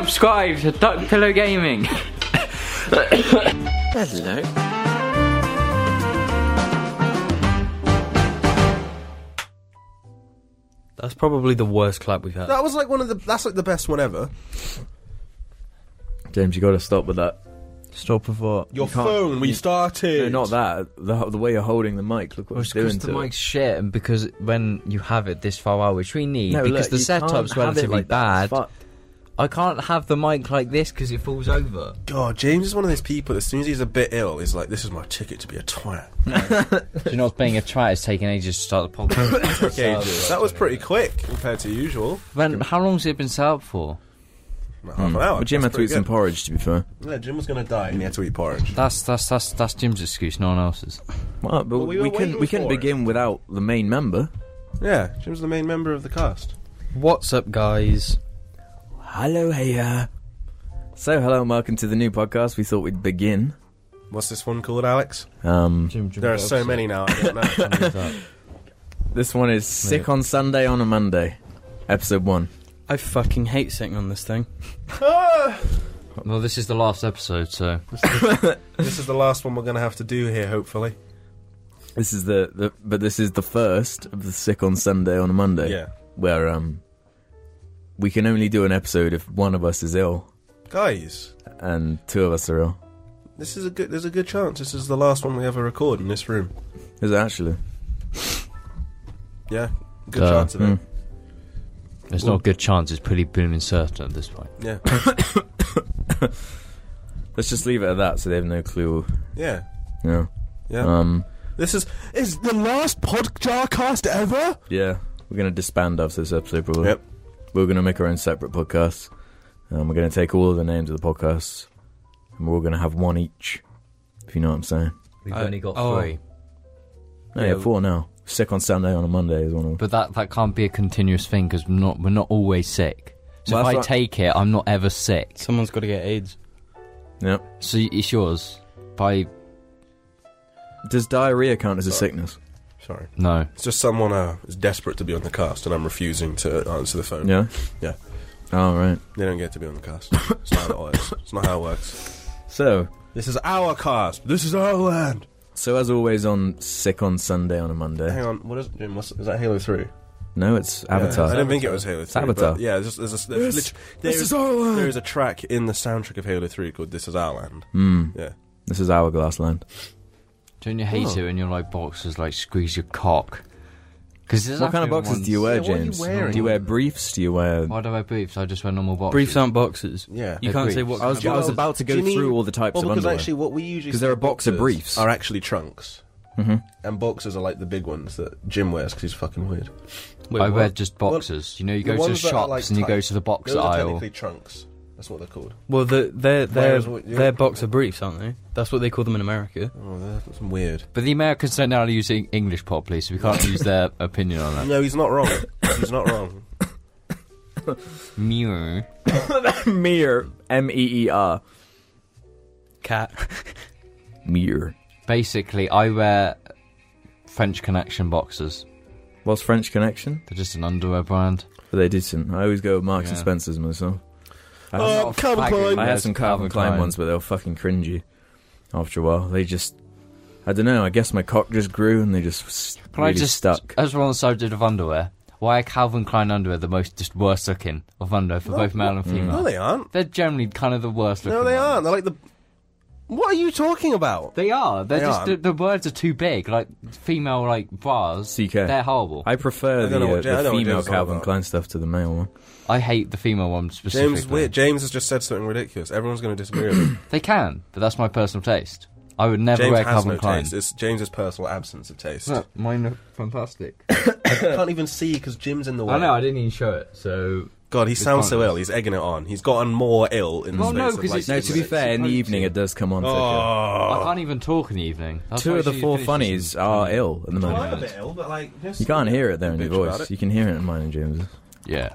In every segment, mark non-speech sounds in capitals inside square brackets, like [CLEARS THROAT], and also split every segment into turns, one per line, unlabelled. Subscribe to Duck Pillow Gaming.
Hello.
That's probably the worst clap we've had.
That was like one of the. That's like the best one ever.
James, you got to stop with that.
Stop before.
Your
can't-
phone. We
you- No,
started.
not that. The, the way you're holding the mic. Look what
Well,
it's doing
because the
to it.
mic's shit, and because when you have it this far out, which we need,
No,
because
look,
the
you can't
setup's
have it
relatively
like that.
bad.
It's fucked.
I can't have the mic like this because it falls
[LAUGHS]
over.
God, James is one of those people. As soon as he's a bit ill, he's like, "This is my ticket to be
[LAUGHS]
a twat."
Do you know, being a try it's taking ages to start the podcast.
Okay, that was pretty quick compared to usual.
[LAUGHS] when, how long's it been set up for?
About half an hour.
Hmm. But Jim had
Oh, That's
to eat
pretty
some
good.
porridge, to be fair.
Yeah, Jim was gonna die, and he had to eat porridge.
That's that's that's that's Jim's excuse, no one else's.
Well, but
we
we,
were
couldn't,
waiting
we couldn't
for it.
begin without the main member.
Yeah, Jim's the main member of the cast.
What's up, guys?
Hello, heya. So, hello and welcome to the new podcast. We thought we'd begin.
What's this one called, Alex?
Um,
Jim, Jim
There are so many now. I don't know.
this one is Sick on Sunday on a Monday, episode one.
I fucking hate sitting on this thing.
[LAUGHS]
Well, this is the last episode, so
[LAUGHS] this is the last one we're gonna have to do here, hopefully.
This is the, the but this is the first of the Sick on Sunday on a Monday.
Yeah,
Where um, we can only do an episode if one of us is ill
guys,
and two of us are ill.
this is a good. There's a good chance this is the last one we ever record in this room.
Is it actually?
Yeah, good
Duh.
chance of it.
Mm.
there's not a good chance. It's pretty booming certain at this point.
Yeah,
Let's just leave it at that, so they have no clue.
yeah,
No.
yeah.
Um.
This is is the last podcast ever.
Yeah. We're gonna disband after this episode, probably.
Yep.
We're gonna make our own separate podcasts. Um, we're gonna take all of the names of the podcasts, and we're all gonna have one each. If you know what I'm saying.
We've
I-
only got
oh.
three,
No, yeah, four now. Sick on Sunday on a Monday is one of them.
but that that can't be a continuous thing because we're not we're not always sick. So
Well,
if I
that's what-
take it, I'm not ever sick.
Someone's got to get AIDS.
Yep.
So it's yours by
Does diarrhea count as a sickness?
Sorry,
no.
it's just someone uh, is desperate to be on the cast, and I'm refusing to answer the phone. [LAUGHS]
Yeah.
Yeah.
All right.
They don't get to be on the cast. It's not how it works. It's not how it works.
So,
This is our cast. This is our land.
so as always on Sick on Sunday on a Monday.
Hang on, what is Jim? What's, is that Halo Three?
No, it's Avatar.
I didn't think it was Halo Three.
Avatar.
But yeah, there's, there's, a, there's,
This-
lit- there
this
is-
is our land.
There is a track in the soundtrack of Halo Three called "This Is Our Land."
Mm,
Yeah.
this is Hourglass Land.
Don't you hate it when your like boxers like squeeze your cock? Because
What kind of boxes do you wear,
Yeah, what are you
James?
wearing?
Do you wear briefs? Do you [LAUGHS] wear?
Why do I wear briefs? I just wear normal boxers.
Briefs aren't boxes.
Yeah.
They're
You can't say
briefs.
what.
I was,
kind
I
of
was
boxes.
about to go
Do you
through
mean-
all the types
Well,
of
because
underwear.
actually, what we usually
'Cause they're
say
a box of
boxers
briefs.
are actually trunks,
Mhm.
and boxers are like the big ones that Jim wears because he's fucking weird.
Wait,
I
what?
wear just boxers. you know, you
The
go to the
ones that are,
shops
like,
and you go
tight.
to the box
Those are
aisle.
technically trunks. That's what they're called.
Well, the, they're they're
Whereas what you-
they're boxer briefs, aren't they? That's what they call them in America.
Oh, that's weird.
But the Americans don't know how to use Eng- English properly, so we can't use their [LAUGHS] opinion on that.
No, he's not wrong. he's not wrong.
Mirror.
Mere, M E E R,
Cat.
mere.
Basically, I wear French Connection boxers.
What's French Connection?
They're just an underwear brand.
But they decent. I always go with Marks and
Yeah.
Spencers myself. [LAUGHS] I
Oh,
had,
Um, Calvin Klein.
I had some Calvin Klein ones, but they were fucking cringy. After a while, they just. I don't know. I guess my cock just grew and they just s-
Can
really
I just
stuck.
As we're on the subject of underwear, why are Calvin Klein underwear the most just worst looking of underwear for both male and female?
No, they aren't.
They're generally kind of the worst looking.
Mm. No, they
ones.
aren't. They're like the. What are you talking about?
They are. They're
They
just The,
aren't.
the words are too big. Like female like bras.
CK.
They're horrible. I,
I prefer
I
the,
don't know what
uh,
Ja-
the
I know what
female
James is all
Calvin
about.
Klein stuff to the male one.
hate the female one specifically.
James is weird. James has just said something ridiculous. Everyone's going to disagree
[COUGHS]
with him.
They can, but that's my personal taste. I would never
James
wear
has
Calvin
no
Klein.
taste. It's James's personal absence of taste.
Look, mine are fantastic.
I can't even see because Jim's in the way.
I know. I didn't even show it. So
God, he
It's
sounds so
pointless.
ill. He's egging it on. He's gotten more ill in the
Well,
space
no,
of
'cause
like
it's-
No, to be
minutes.
fair, in the
supposed
evening
to.
it does come on. so-
I
Oh.
can't even talk in the evening. That's
Two
why
of the
she
four
finishes
funnies
and-
are ill at the
Well, I'm a
moment.
bit ill, but like, just-
You can't hear it there in your
Bitch about
voice.
it.
You can hear it in mine and James's.
Yeah.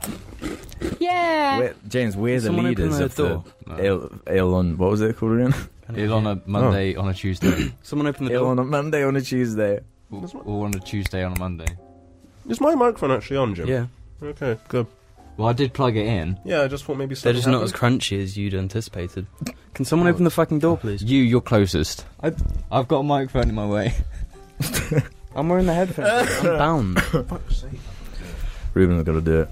We're, James, we're the
Someone open
leaders
the
of
door.
No.
the ill, ill on what was it called again?
Ill on a Monday, on a Tuesday,
[LAUGHS] [CLEARS THROAT] Someone open the
ill
door.
on a Monday on a Tuesday.
or or on a Tuesday on a Monday.
Is my microphone actually on, Jim?
Yeah.
Okay, good.
Well, I did plug it in.
Yeah, I just thought maybe
They're
something
just not as
happened.
crunchy as you'd anticipated. Can someone open the fucking door, please?
You, you're closest.
I-
I've got a microphone in my way.
I'm wearing the headphones. I'm bound.
Fuck's sake.
Ruben's got to do it.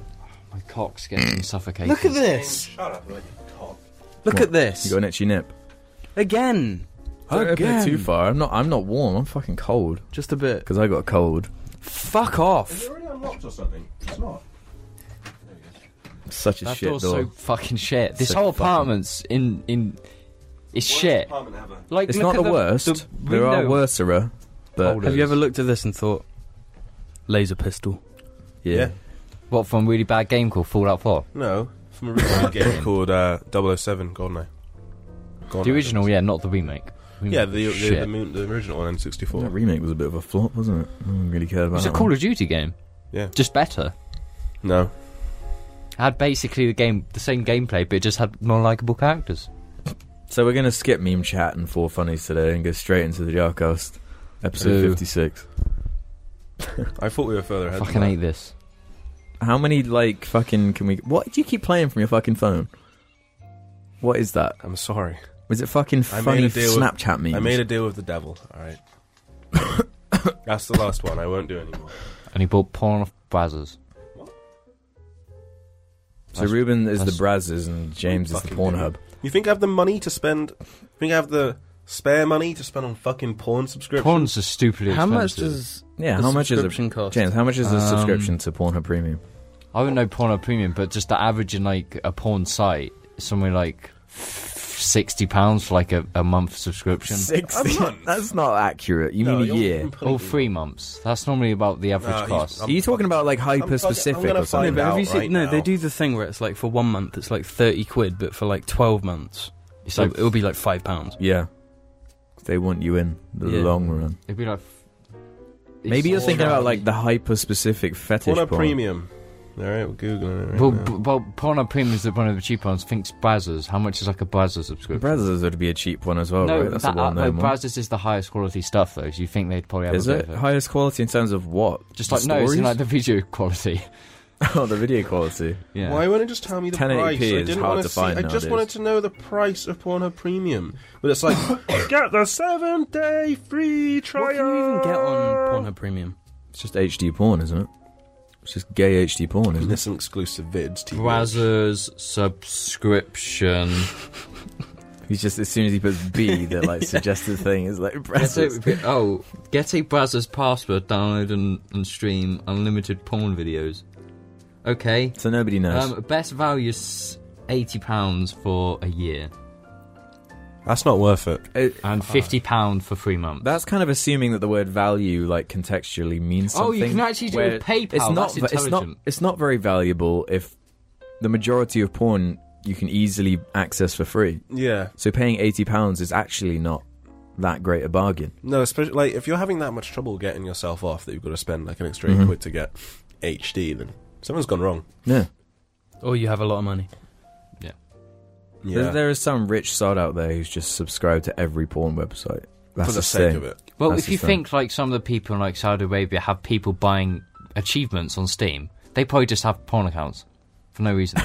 [LAUGHS] My cock's getting suffocated.
[LAUGHS] Look at this.
Shut up, like you cock.
Look
What?
at this.
You got an itchy nip.
Again.
Don't open it too far. I'm not. I'm not warm. I'm fucking cold
Just a bit.
because I got a cold.
Fuck off.
already unlocked or something? It's not.
Such a
That
shit
door's
door.
so fucking shit. This
So
whole
fucking-
apartment's in in. It's shit. Like
It's
look
not
at
the worst.
the
there are
window.
worser, but
Hold it.
Have you ever looked at this and thought, laser pistol?
yeah.
Yeah.
What from a really bad game called Fallout 4?
No, from a recent game called uh, 007 Goldeneye. Goldeneye
The original, yeah, not the remake. Remake
Yeah, the,
was
the,
shit.
the, moon, the original one in 64.
That remake was a bit of a flop, wasn't it? No one really cared about
It's a
that
Call
one.
of Duty game.
Yeah.
Just better.
No.
It had basically the game, the same gameplay, but it just had more likable characters.
So we're gonna skip meme chat and four funnies today and go straight into the Jarcast episode
Boo.
fifty six.
I thought we were further ahead.
fucking
than
hate
that.
this.
How many like fucking can we? What do you keep playing from your fucking phone? What is that?
I'm sorry.
Was it fucking
I made
funny
a deal with-
Snapchat memes?
I made a deal with the devil, alright? [COUGHS] That's the last one. I won't do anymore.
And he bought porn off Brazzers.
so Ruben is the
that's-
Brazzers and James is the
Fucking
Pornhub.
You think I have the money to spend? Think I have the spare money to spend on fucking porn subscriptions?
Porn's are stupidly
How
expensive.
much does
Yeah,
a
how much is it?
subscription cost?
James, how much is the
Um,
subscription to Pornhub Premium?
I wouldn't know porn or premium, but just the average in like a porn site, somewhere like sixty pounds for like a, a month subscription.
A
[LAUGHS]
month?
That's not accurate. You
No,
mean a
you're
year?
completely-
Or three months. That's normally about the average
Nah, he's-
cost.
Are you talking about like
fucking-
hyper
I'm
specific
gonna
or something?
find
No, but have
out
you seen?
right
no, they
now.
do the thing where it's like for one month it's like thirty quid, but for like twelve months,
It's
so
like
it'll be like five pounds.
Yeah. They want you in the
Yeah.
long run.
it'd be like.
Maybe you're
It's-
thinking about like the hyper specific fetish
Porn
porn.
up premium. All right, we're googling it right
Well,
now.
b- well, porn on premium is the one of the cheap ones. Thinks Brazzers. How much is like a Brazzers subscription?
Brazzers would be a cheap one as well,
no,
Oh, right? That's
that,
a well
uh, no,
known one.
Brazzers is the highest quality stuff though. So you think they'd probably have
Is
a
it
bit of it.
highest quality in terms of what?
Just
The
like no, it's in,
stories?
like the video quality.
[LAUGHS]
[LAUGHS]
oh, the video quality.
Yeah.
Why won't it just tell me the
1080p
price? I
is
didn't
hard
want
to
to see.
find
I just
nowadays.
wanted to know the price of Pornhub Premium, but it's like get the seven day free trial.
What can you even get on Pornhub Premium?
It's just HD porn, isn't it? It's just gay HD porn, isn't it?
There's some exclusive vids. TV.
Brazzers subscription.
He's just as soon as he puts B, the
[LAUGHS]
like suggested thing is like Brazzers.
oh, get a Brazzers password, download and, and stream unlimited porn videos. Okay.
So nobody knows.
Um, best value is eighty pounds for a year
That's not worth it.
It-
and fifty pound for three months.
That's kind of assuming that the word value, like contextually, means
Oh,
something.
you can actually do
where
with PayPal,
It's not.
that's
it's not.
intelligent.
It's not very valuable if the majority of porn you can easily access for free.
Yeah,
So paying eighty pounds is actually not that great a bargain.
no, especially like if you're having that much trouble getting yourself off that you've got to spend like an
Mm-hmm.
extra eight quid to get HD, then something's gone wrong.
Yeah.
Oh,
Or you have a lot of money.
There-
Yeah,
there is some rich sod out there who's just subscribed to every porn website. That's
for the
his
sake
thing.
of it.
well,
that's
if
the
you
thing.
think like some of the people in like Saudi Arabia have people buying achievements on Steam, they probably just have porn accounts for no
[COUGHS]
reason.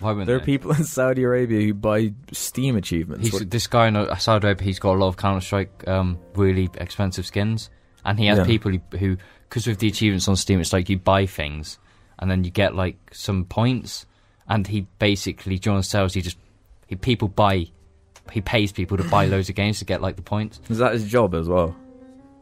Why wouldn't
There are
they?
people in Saudi Arabia who buy Steam achievements.
He's,
What-
this guy in uh, Saudi Arabia, he's got a lot of Counter Strike, um, really expensive skins, and he has
Yeah.
people who- who, because with the achievements on Steam, it's like you buy things and then you get like some points, and he basically John sells. He just he people buy, he pays people to
[COUGHS]
buy loads of games to get like the points.
Is that his job as well?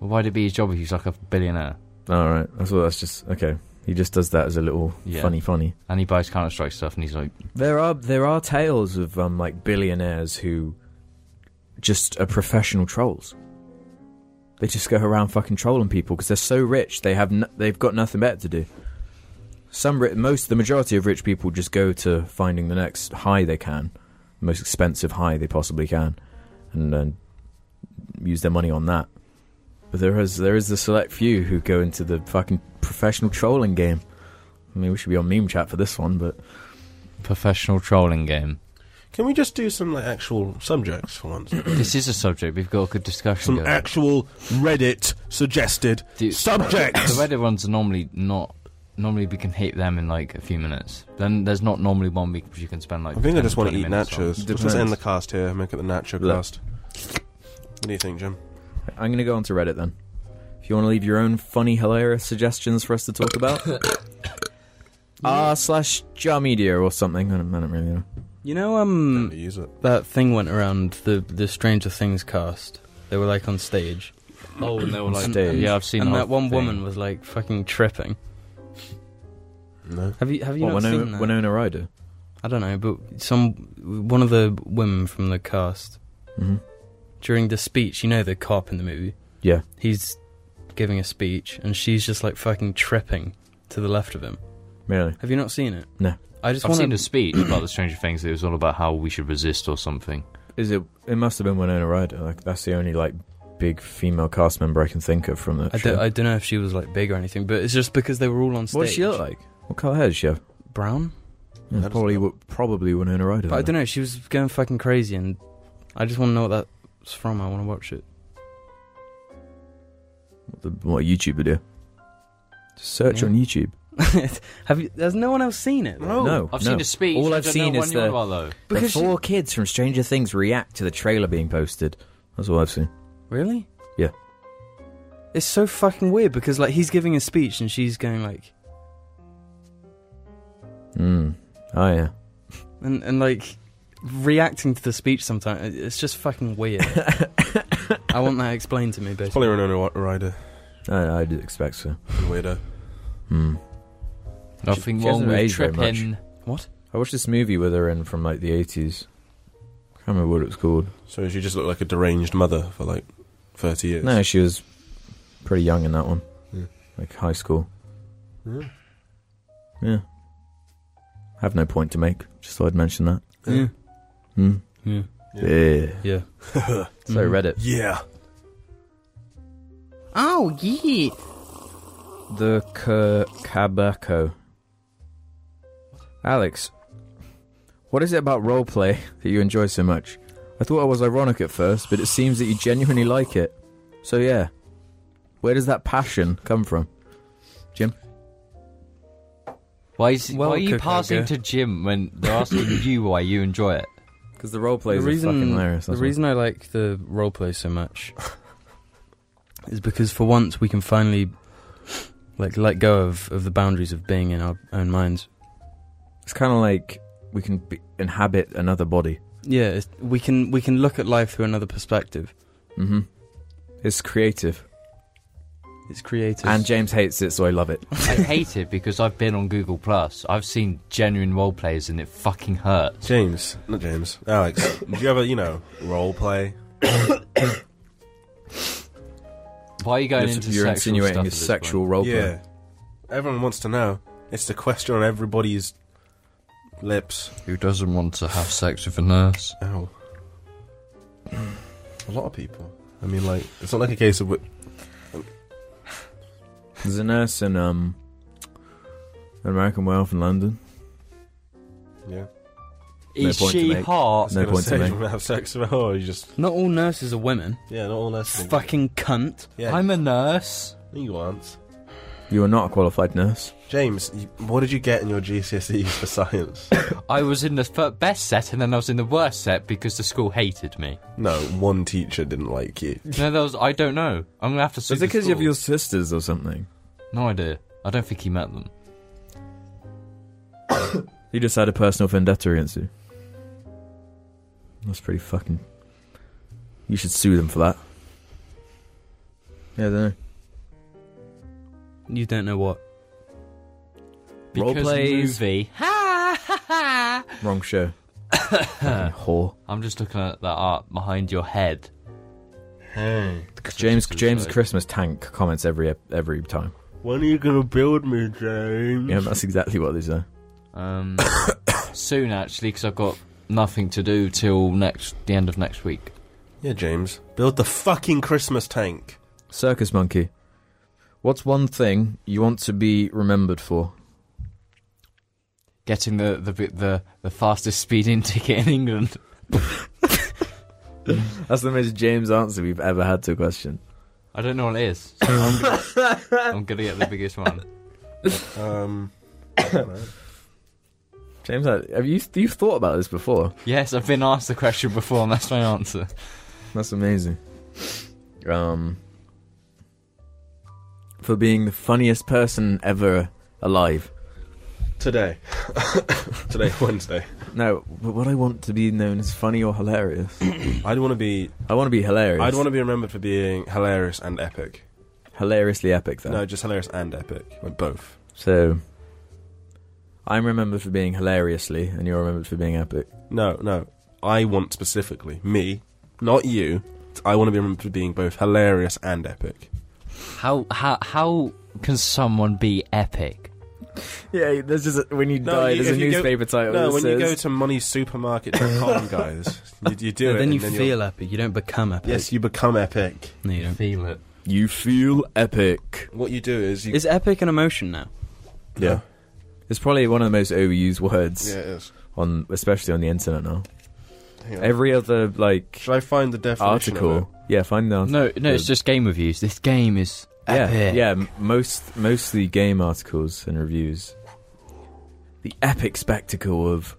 Well, why'd it be his job if he's like a billionaire
All right. That's what. That's just okay. He just does that as a little
Yeah.
funny, funny.
and he buys Counter Strike stuff and he's like,
There are there are tales of um, like billionaires who just are professional trolls. They just go around fucking trolling people because they're so rich they have n they've got nothing better to do. Some ri- most the majority of rich people just go to finding the next high they can, the most expensive high they possibly can, and then use their money on that. But there is there is the select few who go into the fucking professional trolling game. I mean, we should be on meme chat for this one, but
professional trolling [CLEARS THROAT] game.
Can we just do some like actual subjects for
[COUGHS]
once?
this is a subject we've got a good discussion.
some
going.
actual Reddit suggested
Dude.
[COUGHS]
subjects.
The Reddit ones are normally not normally we can hit them in like a few minutes. Then there's not normally one week you can spend like.
I think I
10,
just want to
20
eat
minutes on.
nachos. Let's
Depends.
just end the cast here. Make it the nacho
Look.
cast. What do you think, Jim?
I'm going to go onto Reddit then. If you want to leave your own funny, hilarious suggestions for us to talk
[COUGHS]
about, r slash jar media or something. I don't, I don't really know.
You know,
Hmm.
um,
Don't use it.
that thing went around the the Stranger Things cast. They were like on stage,
Oh, and they were
On
like,
stage.
yeah, I've seen
and
the
that
whole
one
thing.
woman was like fucking tripping.
No.
Have you have you
What,
not
Winona,
seen that?
Winona Ryder?
I don't know, but some one of the women from the cast
Mm-hmm.
during the speech. You know the cop in the movie.
Yeah.
he's giving a speech, and she's just like fucking tripping to the left of him.
Really?
Have you not seen it?
No.
I just
I've seen
want
a
to.
speech about the Stranger Things. It was all about how we should resist or something.
Is it? It must have been Winona Ryder. Like that's the only like big female cast member I can think of from that
I
show.
don't, I don't know if she was like big or anything, but it's just because they were all on stage.
what does she look like? What colour hair does she have?
Brown.
Yeah,
That
probably,
doesn't
w- probably Winona Ryder.
But I don't know. She was going fucking crazy, and I just want to know what that's from. I want to watch it. [LAUGHS]
The, what a YouTuber do? Just search
Yeah.
on YouTube.
Have you? Has no one else seen it?
No.
no,
I've
no.
seen a speech.
All
I
I've
don't
seen
know
is
one you're
the-
about, though.
The
Because she-
four kids from Stranger Things react to the trailer being posted. That's all I've seen.
really?
Yeah.
It's so fucking weird because like he's giving a speech and she's going like
Hmm. Oh yeah.
and and like reacting to the speech sometimes. It's just
[LAUGHS]
fucking weird. I want that explained to me,
It's
basically.
probably Renona Ryder.
I, I did expect so.
Weirdo.
Hmm.
Nothing
she
wrong
hasn't
with
aged very much.
tripping.
I watched this movie with her in from like the eighties. Can't remember what it was called.
So she just looked like a deranged mother for like 30 years.
No, she was pretty young in that one,
Yeah.
like high school.
Yeah.
Yeah. I have no point to make. Just thought I'd mention that.
Yeah.
Hmm.
Yeah.
Yeah.
Yeah.
[LAUGHS]
So
Mhm.
Reddit.
Yeah.
Oh yeah.
The K- Kabako. Alex, what is it about roleplay [LAUGHS] that you enjoy so much? I thought I was ironic at first, but it seems that you genuinely like it. So yeah, where does that passion come from?
Why, is,
Well,
why are you
Cook
passing
Ogre.
to Jim when they're asking you why you enjoy it?
Because the roleplay is
the reason,
fucking hilarious.
The
that's
reason I like the roleplay so much [LAUGHS] is because for once we can finally like let go of, of the boundaries of being in our own minds.
all. it's kind of like we can be, inhabit another body.
Yeah, it's, we can we can look at life through another perspective.
hmm It's creative,
It's creative.
and James hates it, so I love it.
I hate it because I've been on Google Plus. I've seen genuine role players and it fucking hurts.
James. Not James. [COUGHS] Alex. did you ever, you know, role play?
Why are you going into sexual
You're
stuff
insinuating
at
it's
this
sexual
point?
roleplay.
Yeah. Everyone wants to know. It's the question on everybody's lips.
Who doesn't want to have sex with a nurse?
Ow. A lot of people. I mean, like, it's not like a case of. wi-
There's a nurse in um, American Wealth in London.
Yeah.
No
Is
point to
she
make.
I was
hot?
No
gonna
point to
say,
make.
[LAUGHS] you wanna have sex with her, or you just.
Not all nurses are women.
Yeah, not all nurses.
Fucking cunt.
Yeah,
I'm a nurse.
you aren't.
You are not a qualified nurse.
James, you, what did you get in your GCSEs E [LAUGHS] for science?
I was in the fir- best set and then I was in the worst set because the school hated me.
no, one teacher didn't like you.
No, that was I don't know. I'm gonna have to. Sue
Is it
the
because you have
school.
your sisters or something?
No idea. I don't think he met them.
You just had a personal vendetta against you. That's pretty fucking. You should sue them for that. Yeah, I don't know.
You don't know what.
Because
Roleplays.
movie.
Wrong show. Fucking [LAUGHS] whore.
I'm just looking at that art behind your head.
Hey.
James
Suicide.
James Christmas tank comments every every time.
When are you gonna build me, James?
Yeah, that's exactly what these are.
Um, [COUGHS] soon actually, because I've got nothing to do till next the end of next week.
Yeah, James. Build the fucking Christmas tank.
Circus monkey. What's one thing you want to be remembered for?
Getting the the bit- the, the fastest speeding [LAUGHS] ticket in England.
That's the most James answer we've ever had to a question.
[LAUGHS]
I don't know what it is. So I'm, gonna, I'm gonna get the biggest one.
Um, [COUGHS] I don't know.
James, have you you've thought about this before?
Yes, I've been asked the question before, and that's my answer.
That's amazing. Um, for being the funniest person ever alive.
Today, [COUGHS] today Wednesday.
No, but what I want to be known as funny or hilarious.
I'd want to be.
I want to be hilarious.
I'd want to be remembered for being hilarious and epic.
hilariously epic though.
No, just hilarious and epic. Like both.
So I'm remembered for being hilariously, and you're remembered for being epic.
No, no. I want specifically me, not you. I want to be remembered for being both hilarious and epic.
How how how can someone be epic?
Yeah, there's just when you
No, die, you- there's a if you go- newspaper
title.
No, when you go to moneysupermarket.com, guys, you, you do
No,
it. [LAUGHS]
then
and
you
you're-
feel epic. You don't become epic.
Yes, you become epic.
No, you don't.
Feel it.
you feel epic.
What you do is you.
Is epic an emotion now?
yeah.
It's probably one of the most overused
Yeah,
words
it is.
on, especially on the internet now.
Hang on.
Every other like
Should I find the definition? of
article, yeah, find the
No, no, it's just game reviews. This game is
yeah,
epic.
yeah. m- Most mostly game articles and reviews. The epic spectacle of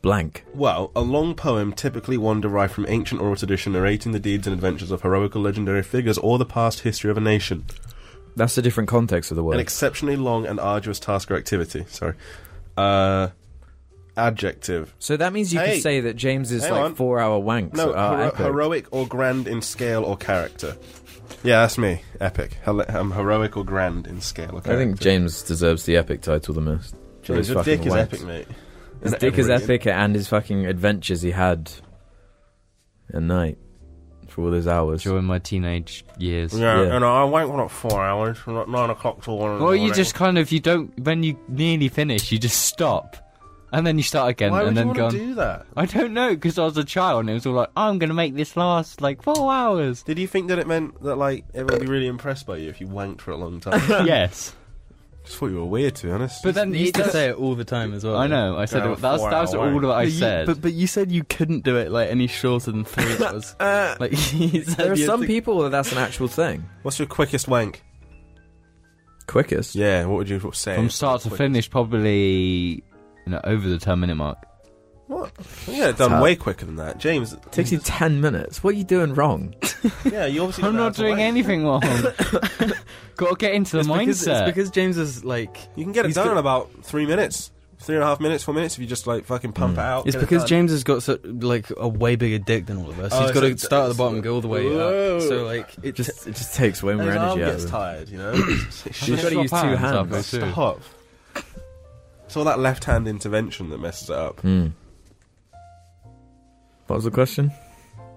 blank.
it? Well, a long poem, typically one derived from ancient oral tradition, narrating the deeds and adventures of heroical legendary figures or the past history of a nation.
That's a different context of the word.
An exceptionally long and arduous task or activity. Sorry. Uh, adjective.
so that means you
Hey.
could say that James is
Hang
like
on.
four-hour wanks.
No,
are
hero-
ah, epic.
heroic or grand in scale or character. Yeah, that's me. Epic. Hel- I'm heroic or grand in scale or character.
I think James deserves the epic title the most. For
James,
those
your dick
fucking
is
wanks.
epic, mate.
His
Isn't
dick is
everybody?
epic and his fucking adventures he had at night for all those hours.
During my teenage years.
Yeah,
Yeah.
and I wank one at four hours, from like nine o'clock till one. in the
Well, you
morning.
just kind of you don't when you nearly finish, you just stop, and then you start again,
Why would
and
you
then
want
go. on.
to do that?
I don't know because I was a child, and it was all like, I'm gonna make this last like four
[LAUGHS]
hours.
Did you think that it meant that like everyone would be really impressed by you if you wanked for a long time?
yes,
just thought you were weird, to be honest.
but then
you
it
used to
does-
say it all the time as well.
I know. I said
Go
it, that's
for
that's
it,
all
wank.
that I
But you-
said.
but but you said you couldn't do it like any shorter than three hours.
[LAUGHS]
like [LAUGHS] you said
Uh, there are
you
some
think-
people that that's an actual thing.
What's your quickest wank?
Quickest.
Yeah, what would you say?
From start to
Quick-
finish, probably you know over the ten minute mark.
What? Yeah, done
Tap.
way quicker than that, James.
Takes you ten minutes. What are you doing wrong?
Yeah,
[LAUGHS]
you obviously. don't
I'm
know
not
how to
doing
wank.
anything wrong. Got to get into the
It's because, it's
mindset.
because James is like.
You can get it
He's
done
got-
in about three minutes, three and a half minutes, four minutes if you just like fucking pump it out.
It's
get it
because
done.
James has got so, like a way bigger dick than all of us.
Oh,
He's got to
it's-
start at the bottom and go all the way
Whoa.
up. So like it just
Just it just takes way
And
more
his arm
energy out
gets
of it.
tired, you know.
You've got to
Swap
use two
hands up
hands.
it too.
Stop. It's all that left-hand intervention that messes it up.
Hmm. What was the question?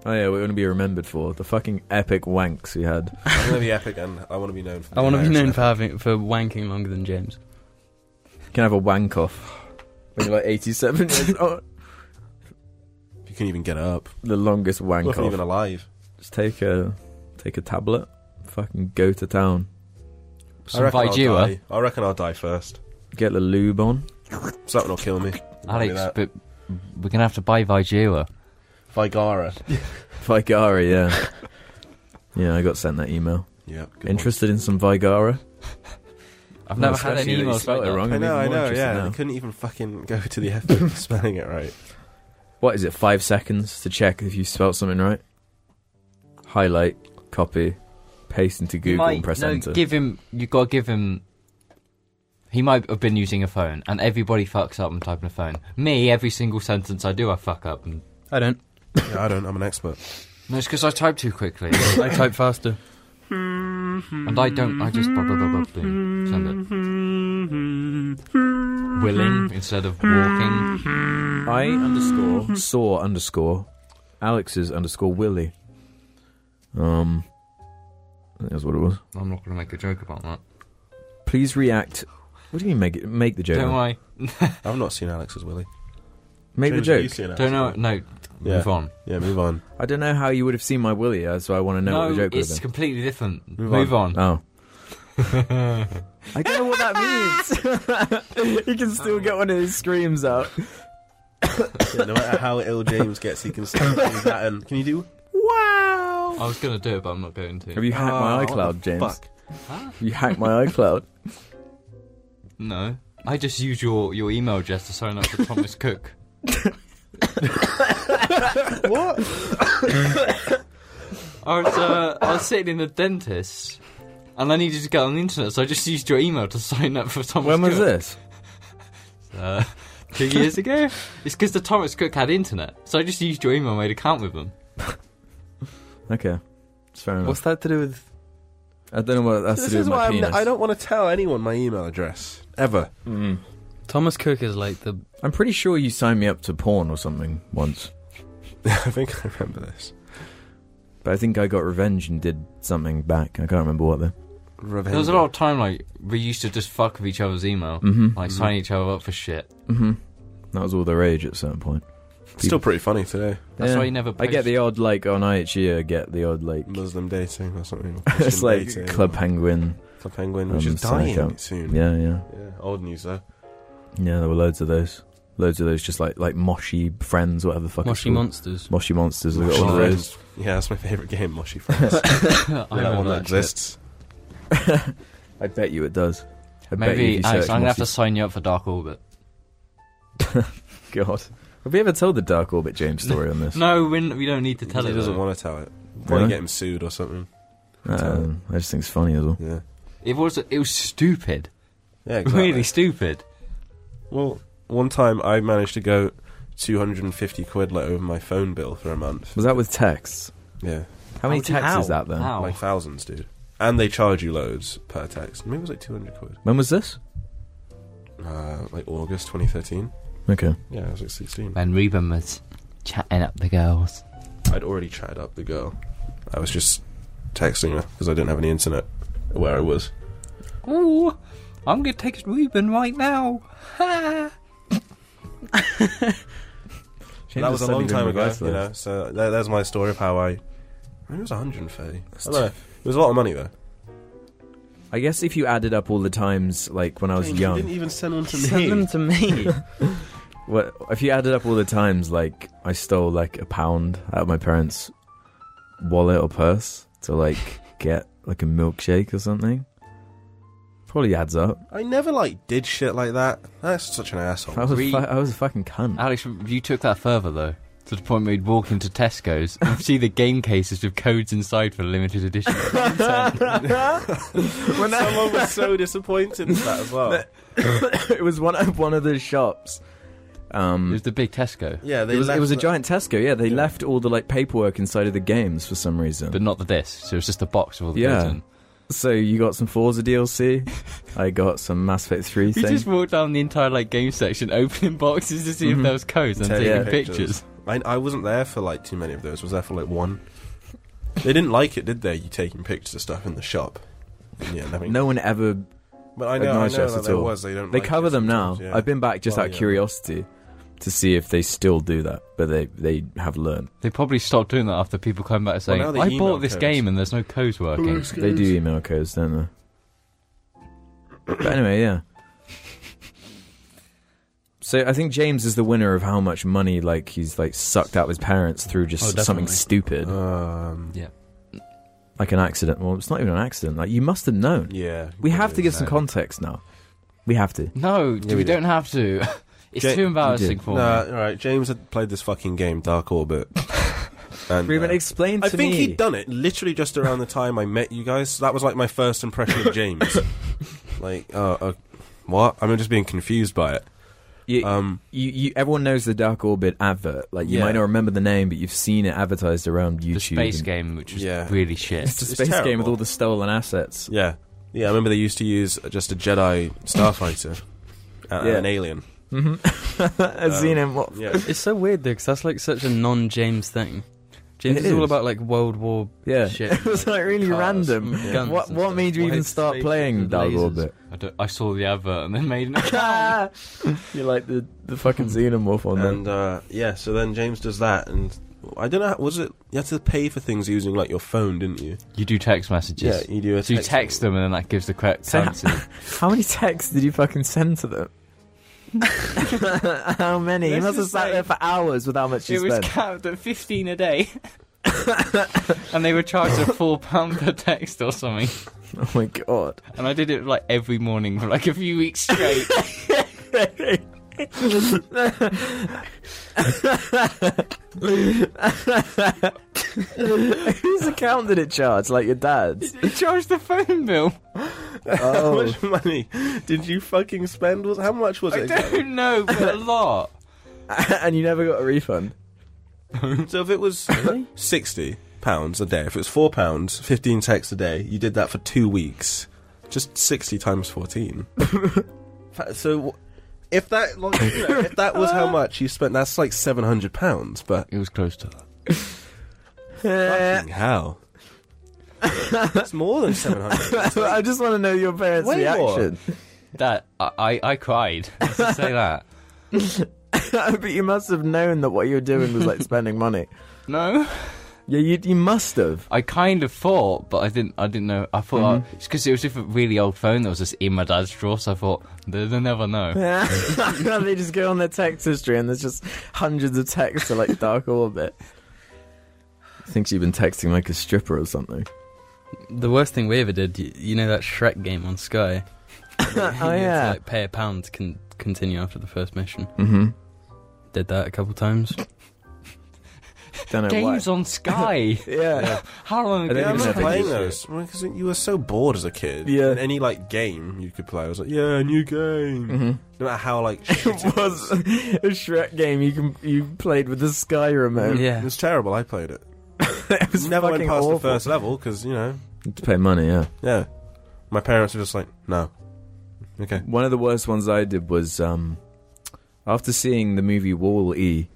Oh yeah, we're gonna be remembered for the fucking epic wanks we had.
I'm gonna be epic, and I want to be known. For
I want to be
being
known
epic.
for having for wanking longer than James.
You can have a wank off when you're like 87 [LAUGHS] years old.
You couldn't even get up.
The longest wank
Wasn't
off.
even alive.
Just take a take a tablet, fucking go to town,
Some Vigera.
die. I reckon I'll die first.
get the lube on.
Something will kill me. Might be
Alex,
that.
but we're gonna have to buy Vigera.
Vigara.
Vigara, yeah. [LAUGHS] yeah, I got sent that email.
Yeah. good one.
interested in some Vigara?
I've
No,
never had
especially
any
that you
emails
spelt
like
it
that.
wrong.
I know,
I'm
I
even more
know.
interested
Yeah,
now.
I couldn't even fucking go to the effort of spelling it right.
What is it, five seconds to check if you spelt something right? Highlight, copy, paste into Google
might-
and press
no,
enter.
Give him. You gotta give him. He might have been using a phone, and everybody fucks up and typing a phone. Me, every single sentence I do, I fuck up. And...
I don't.
Yeah, I don't. I'm an expert.
No, it's because I type too quickly,
I type faster.
and I don't. I just blah blah blah blah. Boom, send it. [LAUGHS] Willing instead of walking.
I [LAUGHS] underscore saw underscore Alex's underscore Willy. Um I think that's what it was.
I'm not gonna make a joke about that.
Please react what do you mean make it make the joke?
Don't worry.
I've not seen Alex's Willy.
Make the
James, have
joke.
you seen
[LAUGHS] Don't know.
Alex's
No,
Yeah.
move on.
Willy? Yeah, move on.
I don't know how you would have seen my Willy, uh, so I want to know what the joke
it's
was.
completely different. Move,
Move
on.
Oh. [LAUGHS] I don't know what that [LAUGHS] means. he can still get one of his screams out.
Yeah, no matter how ill James gets, he can still do that. And can you do?
I was gonna do it, but I'm not going to.
Have you hacked my
Oh, what
iCloud,
the
James?
Fuck.
Have you hacked my iCloud?
No. I just use your, your email address to sign up for Thomas
[LAUGHS]
Cook. what? [COUGHS] I was, uh, I was sitting in the dentist and I needed to get on the internet, so I just used your email to [LAUGHS] sign up for Thomas
When
Cook.
was this?
Uh, two years ago? It's because the Thomas Cook had internet, so I just used your email and made an account with them.
Okay, it's fair enough.
What's that to do with?
I don't know what that's
this
to do
is
with
why
my
I'm,
penis.
I don't want to tell anyone my email address ever. [LAUGHS]
Hmm.
Mm.
Thomas Cook is like the
I'm pretty sure you signed me up to porn or something once,
I think I remember this.
but I think I got revenge and did something back. I can't remember what though.
Revenge.
There was a lot of time, like, we used to just fuck with each other's email,
Mm-hmm.
like, sign each other up for shit.
hmm That was all the rage at a certain point.
Still pretty funny today.
That's
Yeah.
why you never
I get
post-
the odd like on IHE. I get the odd like.
Muslim dating or something.
[LAUGHS] it's
Christian
like
dating.
Club Penguin.
Club Penguin, which
Um,
is dying
Psycho.
soon.
Yeah, yeah,
Yeah, old news though.
yeah. There were loads of those. Loads of those, just like like moshy friends, whatever the fuck. it's
Moshy
called.
Monsters.
Moshy monsters. I got
Moshy
all of those.
Friends. Yeah, that's my favourite
[LAUGHS]
game, Moshy Friends.
I
that one
remember
that
that shit.
exists.
I bet you it does. I bet you if
Maybe
you
Alex,
search
I'm gonna have to
Mossy's-
sign you up for Dark Orbit.
God. Have we ever told the Dark Orbit James story on this?
[LAUGHS] No, we, n- we don't need to tell
he
it.
doesn't
though.
want to tell it. Probably
Really?
get him sued or something.
Um, I just think it's funny as well.
Yeah.
It was it was stupid, [LAUGHS]
Yeah, exactly.
really stupid.
Well, one time I managed to go 250 quid like over my phone bill for a month.
Was that with texts?
Yeah,
How many
would you-
texts is
how?
that then?
How?
like thousands, dude. And they charge you loads per text. Maybe it was like 200 quid.
When was this?
Uh, like August 2013.
Okay.
Yeah, I was like 16.
When Reuben
[LAUGHS]
was chatting up the girls,
I'd already chatted up the girl. I was just texting her because I didn't have any internet where I was.
ooh, I'm gonna text Reuben right now.
that was a long time ago, you know. So there, there's my story of how I. I mean, it was 130. I don't know. It was a lot of money though.
I guess if you added up all the times, like when I was
You
young,
didn't e- even send one to me.
Send them to me.
what, if you added up all the times, like I stole like a pound out of my parents' wallet or purse to like get like a milkshake or something, probably adds up.
I never like did shit like that. That's such an asshole.
I was,
Re-
fu- I was a fucking
[LAUGHS]
cunt.
Alex, you took that further though, to the point where you'd walk into Tesco's and see the game cases with codes inside for limited
[LAUGHS]
edition.
[LAUGHS] when someone was so disappointed with that as well.
[COUGHS] it was one of one of the shops.
it
Um,
was the big Tesco,
Yeah, they
it was,
left
it was a
the-
giant Tesco. Yeah, they
Yeah.
left all the like paperwork inside of the games for some reason.
but not the disc. So it was just a box with all the
Yeah.
codes in.
so you got some Forza
[LAUGHS]
DLC. I got some Mass Effect Three
He
thing.
just walked down the entire like game section, [LAUGHS] opening boxes to see
Mhm.
Mm-hmm.
if there was codes and
Taking
taking
pictures.
pictures.
I, I wasn't there for like too many of those. I was there for like one. They didn't like it, did they? You taking pictures of stuff in the shop. Yeah, I
[LAUGHS]
mean,
No one ever.
But I know, I
acknowledged
know
us
that
at
there
all.
was. They don't.
They
like
cover
it
them now.
sometimes, yeah.
I've been back just
Well,
out of
yeah.
curiosity to see if they still do that, but they they have learned.
They probably stopped doing that after people come back saying,
now they
"I
email
bought this
codes.
game and there's no codes working."
They do email codes, don't they? But anyway, yeah. So I think James is the winner of how much money like he's like sucked out of his parents through
Oh,
just
definitely.
something stupid,
Um,
like an accident. Well, it's not even an accident. Like you must have known.
yeah,
We have to give some
No.
context now. We have to.
No,
we
we, don't have to. [LAUGHS] it's
Ja-
too embarrassing
you
for
Nah,
me.
all right. James had played this fucking game, Dark Orbit.
[LAUGHS]
and,
Ruben,
uh,
explain to
I think
me.
he'd done it literally just around the time I met you guys. That was like my first impression
[LAUGHS]
of James. like, uh, uh, what? I'm just being confused by it.
you,
Um,
you, you, everyone knows the Dark Orbit advert. Like you
Yeah.
might not remember the name, but you've seen it advertised around YouTube.
The space
and-
game, which was
Yeah.
really shit.
It's a
It's
space game with
terrible.
all the stolen assets.
yeah, yeah. I remember they used to use just a Jedi starfighter and
Yeah.
an alien.
[LAUGHS] I've
Um,
seen him. What?
Yeah,
[LAUGHS]
[LAUGHS]
It's so weird though, because that's like such a non-James thing. James
It
is, all
is.
about like World War
Yeah, [LAUGHS]
shit.
it was like really
cars,
random.
mm, guns
What
and
what
stuff.
made you even
White
start
spaceships
playing
with
Dark
lasers.
Orbit?
I, don't- I saw the advert and then made an account.
[LAUGHS] You're like the, the fucking xenomorph on
and uh, yeah. So then James does that, and I don't know. how- Was it you had to pay for things using like your phone, didn't you?
you do text messages.
yeah, you do. A
so you text them and then that gives the correct
So-
answer.
How many texts did you fucking send to
[LAUGHS]
them? [LAUGHS] How many? You
Let's
must have
just
sat
say-
there for hours with how much you
it was
spent.
capped at fifteen a day, and they were charged a four pound per text or something.
[LAUGHS] Oh my god. [LAUGHS]
And I did it like every morning for like a few weeks straight.
Whose account did it charge? Like your
[LAUGHS]
dad's? Oh.
He charged the phone bill.
[LAUGHS] How much money did you fucking spend? Was how much was
I
it? exactly?
don't know, but a lot.
[LAUGHS] and you never got a refund.
So if it was sixty pounds a day, if it was four pounds, fifteen texts a day, you did that for two weeks, just sixty times [LAUGHS] fourteen. Fa- so wh- if that, like, you know, if that was how [LAUGHS] much you spent, that's like seven hundred pounds. But
It was close to that.
fucking hell, it's more than seven
[LAUGHS]
hundred.
I just want to know your parents'
Way more.
reaction. [LAUGHS]
That I I, I cried. Let's just say that.
but you must have known that what you were doing was like spending money.
No,
Yeah, you, you must have. [LAUGHS]
I kind of thought, but I didn't. I didn't know. I thought I- it's because it was just a really old phone that was just in my dad's drawer. So I thought they- they'll never know.
they just go on their text history and there's just hundreds of texts to like dark orbit. Thinks you've been texting like a stripper or something.
The worst thing we ever did, you, you know that Shrek game
[LAUGHS]
on Sky?
[LAUGHS] oh
[LAUGHS] You had to,
yeah.
like, pay a pound to con- continue after the first mission.
mm-hmm.
Did that a
[LAUGHS]
couple times.
Don't know
Games
why.
on Sky.
yeah.
How long
I
ago?
don't
[LAUGHS] Yeah,
even
I'm
was
not
know if
that?
I
playing
used it.
those because you were so bored as a kid.
Yeah.
And any like game you could play, I was like, yeah, new game.
Mm-hmm.
No matter how like shit
It was a Shrek game you can, you played with the Sky remote.
It
yeah.
was terrible. I played it.
it was
Never went
fucking
past
awful.
the first level because you know,
To pay money, yeah.
yeah. My parents were just like, no. Okay.
One of the worst ones I did was um, after seeing the movie Wall E,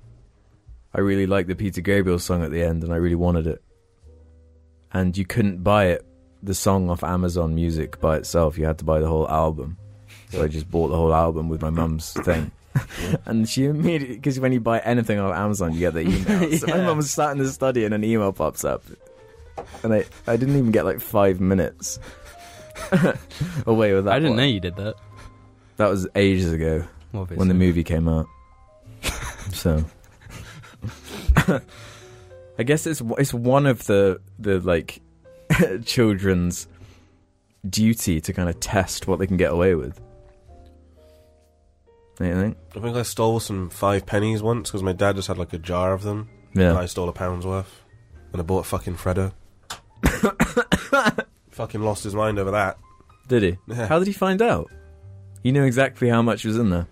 I really liked the Peter Gabriel song at the end and I really wanted it. And you couldn't buy it, the song off Amazon Music by itself. You had to buy the whole album. So I just bought the whole album with my
[LAUGHS]
mum's thing. and she immediately, because when you buy anything off Amazon, you get the
[LAUGHS]
email. So my mum was sat in the study and an email pops up. And I, I didn't even get like five minutes [LAUGHS] away with that.
I didn't
one.
know you did that.
That was ages ago
Well,
when the
obviously.
movie came out. so, [LAUGHS] I guess it's it's one of the the like [LAUGHS] children's duty to kind of test what they can get away with. Don't you think?
I think I stole some five pennies once because my dad just had like a jar of them. And I
Yeah.
stole a pound's worth, and I bought fucking Freddo. fucking lost his mind over that.
Did he?
Yeah.
How did he find out? He knew exactly how much was in there.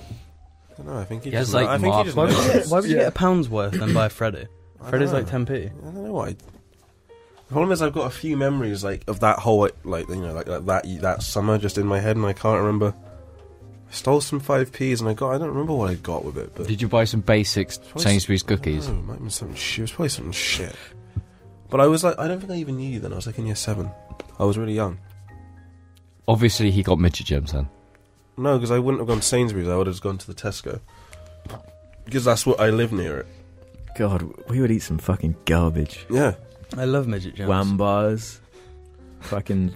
I don't know. I think he
Yeah,
just.
it's
kno-
like
I think he
Mark-
just.
Why would, you
knows.
get, [LAUGHS] why would you get a pound's worth and buy a Freddo?
[LAUGHS] I don't
Freddo's like
know.
10p.
I don't know why. The problem is, I've got a few memories like of that whole like you know like that that, that summer just in my head, and I can't remember. I stole some five Ps, and I got I don't remember what I got with it, but
Did you buy some basics
Probably some-
Sainsbury's
I don't
cookies?
know, it might have been something shit. It was probably something shit. But I was like, I don't think I even knew you then. I was like in year seven. I was really young.
Obviously, he got midget gems then.
No, because I wouldn't have gone to Sainsbury's. I would have just gone to the Tesco. Because that's what I live near it.
God, we would eat some fucking garbage.
Yeah.
I love midget jams.
Wham bars, fucking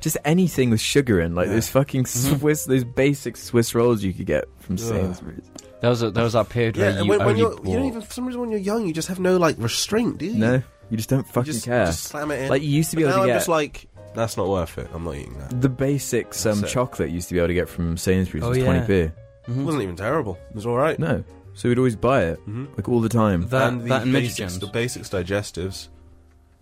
just anything with sugar in, like
Yeah. Mm-hmm.
those fucking Swiss, those basic Swiss rolls you could get from
Yeah.
Sainsbury's.
There was a, there was that period
Yeah,
where
and
you
when, when
only
you're,
bought.
you don't even, for some reason, when you're young, you just have no, like, restraint, do you?
No, you just don't
You
fucking
just,
care.
just slam it in.
like you used to be
But
able to
now I'm
get
just like, that's not worth it. I'm not eating that.
the basics. Um,
That's it.
chocolate you used to be able to get from Sainsbury's
Oh,
was
yeah.
twenty p.
Mm-hmm.
It
Mhm.
wasn't even terrible. It was all right.
No, so we'd always buy it
Mm-hmm.
like all the time.
That
and the
that and midget
basics,
jams.
the basics digestives.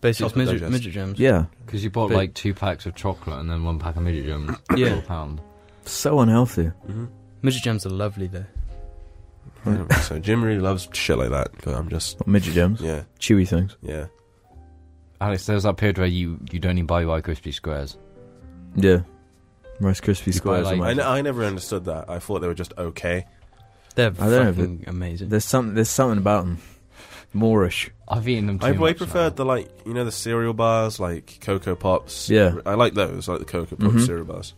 Basics
Chocolate
midget,
digest.
midget jams.
Yeah,
Because you bought
But-
like two packs of chocolate and then one pack of midget gems. [COUGHS]
Yeah.
For a pound.
so unhealthy.
Mm-hmm.
Midget jams are lovely though.
I don't think so Jim really loves shit like that. But I'm just,
Not midget gems,
yeah,
chewy things.
yeah.
Alex, there was that period where you you'd only buy Rice Krispie squares.
Yeah, Rice Krispie
You buy,
squares. are
like-
my-
I, n- I never understood that. I thought they were just okay.
They're
I don't know,
fucking amazing.
there's something. There's something about them. Moorish.
I've eaten them. Too
I, I
much
preferred
now.
the like you know the cereal bars like Cocoa Pops.
Yeah.
I like those. I like the Cocoa Pop
Mhm.
cereal bars.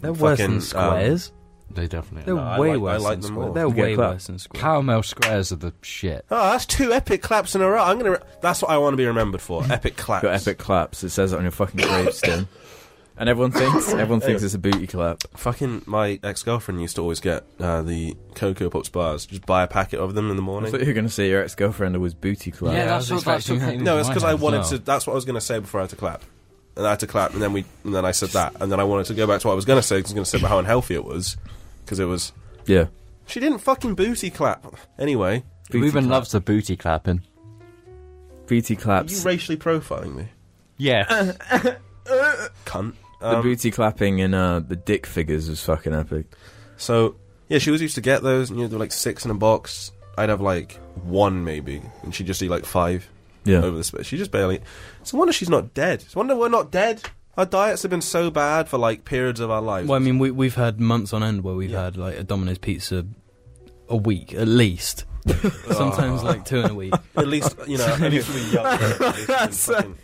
They're worse
fucking, um,
than squares.
They definitely.
They're
Are.
no, I
way
like- I
worse
like
than
them
squares.
more.
They're
Okay,
way
clap.
worse than squares.
Caramel squares are the shit.
Oh, that's two epic claps in a row. I'm gonna. Re- that's what I want to be remembered for. Epic claps.
Got epic claps. It says it on your fucking gravestone. And everyone thinks everyone thinks it's a booty clap.
Fucking my ex girlfriend used to always get uh, the Cocoa Pops bars. Just buy a packet of them in the
I
morning.
thought you were going to say your ex girlfriend was booty clap.
yeah,
I
that's
was
what that's
expecting
what
that.
came
No,
to
it's
my
because I
head as
wanted
well.
to. That's what I was going to say before I had to clap, and I had to clap, and then we, and then I said that, and then I wanted to go back to what I was going to say. 'cause I was going to say about how unhealthy it was, because it was.
Yeah.
She didn't fucking booty clap. Anyway,
Booty
Ruben
clap.
loves the booty clapping.
booty
are you
claps.
racially profiling me,
[LAUGHS] Yeah,
cunt.
the
Um,
booty clapping and uh, the dick figures was fucking epic.
So yeah, she was used to get those, and you know, they were like six in a box. I'd have like one maybe, and she'd just eat like five
Yeah.
over the space. She just barely. It's a wonder she's not dead. It's a wonder we're not dead. Our diets have been so bad for like periods of our lives.
Well, I mean, we, we've had months on end where we've
Yeah.
had like a Domino's pizza a week at least.
Oh.
Sometimes like two in a week.
Ah. [LAUGHS] at least you
[LAUGHS]
know, at least we're young. At least we're fucking-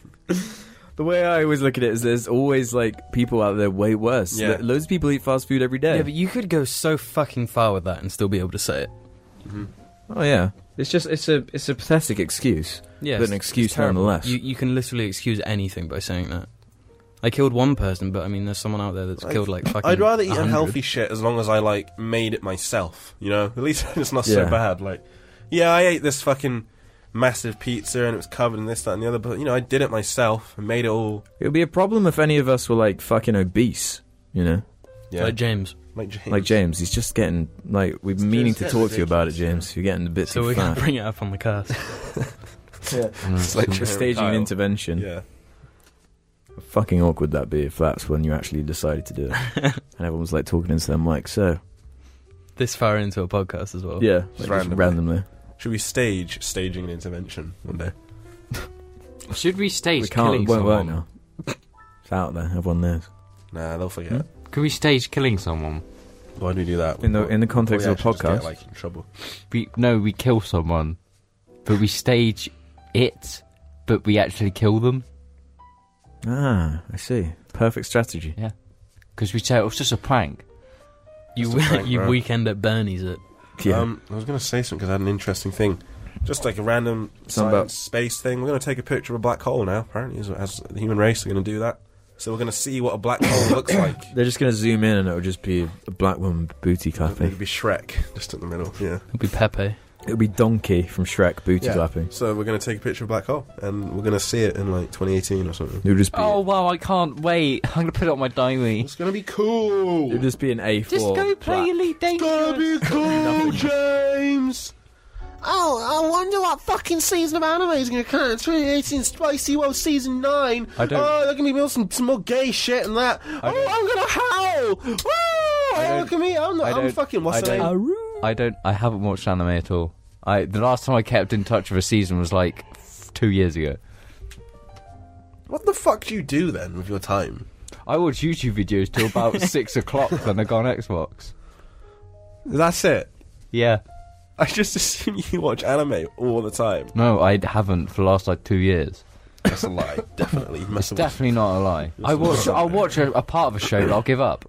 The way I always look at it is there's always like people out there way worse.
Yeah.
Lo- Loads of people eat fast food every day.
Yeah, but you could go so fucking far with that and still be able to say it.
mm-hmm.
oh yeah. It's just it's a it's a pathetic excuse.
Yeah,
But an excuse nonetheless.
You you can literally excuse anything by saying that. I killed one person, but I mean, there's someone out there that's
I'd-
killed like fucking.
I'd rather eat
100.
unhealthy shit as long as I like made it myself. You know, at least [LAUGHS] it's not so
Yeah.
bad. Like, yeah, I ate this fucking massive pizza and it was covered in this, that, and the other. But you know, I did it myself and made it all.
It would be a problem if any of us were like fucking obese, you know?
Yeah,
Like James.
like James.
Like James, he's just getting like we've been meaning
just
to
getting
talk to you about it,
ridiculous,
James. You're getting a bit
So
too
we're gonna
fat.
bring it up on the cast.
[LAUGHS]
[LAUGHS]
It's like
We're
James
staging an
Kyle.
intervention.
Yeah.
How Fucking awkward that'd be if that's when you actually decided to do it, and everyone's like talking into their mic. So
this far into a podcast as well.
yeah,
Just
like,
randomly.
Just randomly.
Should we stage staging an intervention one day?
[LAUGHS] should we stage
we can't.
killing
It won't work
someone?
now. It's out there. Everyone knows.
Nah, they'll forget.
Could we stage killing someone?
Why do we do that?
Hmm? In the in the
Well,
context
Oh,
yeah,
of a
should just
podcast,
get, like in trouble.
We no, we kill someone, but we stage it, but we actually kill them
ah, I see. Perfect strategy.
because we say it was just a prank.
You
Just a prank,
you
bro.
weekend at Bernie's at
Yeah.
Um, I was going to say something because I had an interesting thing. Just like a random
Something
science
about-
space thing. We're going to take a picture of a black hole now, apparently, as, as the human race are going to do that. So we're going to see what a black hole
[COUGHS]
looks like.
They're just gonna zoom in, and it'll just be a black woman booty
It'd
clapping.
be Shrek just in the middle. Yeah.
it'll be Pepe.
It'll be Donkey from Shrek booty
Yeah.
clapping.
So we're going to take a picture of a black hole and we're going to see it in like 2018 or something.
It'll just be
Oh wow, I can't wait! [LAUGHS] I'm gonna put it on my diary.
It's going to be cool.
it'll just be an A4.
Just go play
black-
Elite
gonna
[LAUGHS] Dangerous.
be cool, James.
Oh, I wonder what fucking season of anime is going to come out in 2018 Spicy World Season 9.
I don't-
Oh, they're going to be some, some more gay shit and that. oh, I'm going to howl. Oh, look at me. I'm,
I
I'm
don't-
fucking,
I
what's the
don't-
name?
I don't. I haven't watched anime at all. I the last time I kept in touch with a season was like two years ago.
What the fuck do you do then with your time?
I watch YouTube videos till [LAUGHS] about six o'clock, then I go on Xbox.
That's it.
Yeah.
I just [LAUGHS] assume you watch anime all the time.
No, I haven't for the last like two years.
That's a [LAUGHS] lie. Definitely. You must have
Definitely not a lie. I watch. I'll watch a, a part of a show, but I'll give up.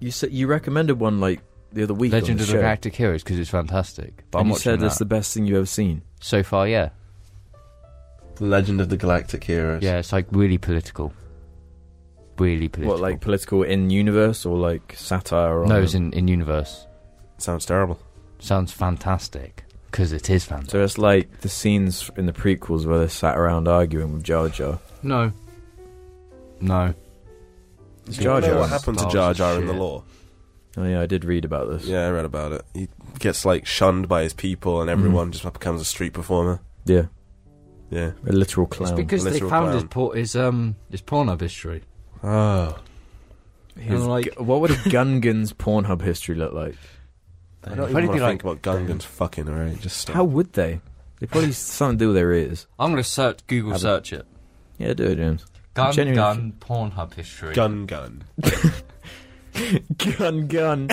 You said you recommended one like the other week. on
Legend
the
of the
show,
Galactic Heroes because it's fantastic. But I'm
and you
watching
said that's
that.
the best thing you've ever seen.
so far, yeah,
The Legend of the Galactic Heroes.
yeah. It's like really political. Really political.
What, like political in universe or like satire? Or
no, it's in in universe.
Sounds terrible.
Sounds fantastic because it is fantastic.
So it's like the scenes in the prequels where they sat around arguing with Jar Jar.
No. No.
It's Jar
You know
Jar.
what happened to
Star
Jar
Wars
Jar in the
shit.
law?
Oh yeah, I did read about this.
Yeah, I read about it. He gets like shunned by his people, and everyone just becomes a street performer.
Yeah,
Yeah.
a literal
It's
clown.
because they
Literal
found
clown.
his, por- his um his porn history.
Oh.
His
and, like-
gu- what would a Gungan's Pornhub history look like?
I don't
If
even
anything,
want to think
like-
about Gungans fucking. All right, just stop.
How would they? They probably something to do with their ears.
I'm gonna search Google
Have a-
search it.
Yeah, do it, James.
Gun
Genuinely-
gun Pornhub history.
Gun gun.
Gun Gun.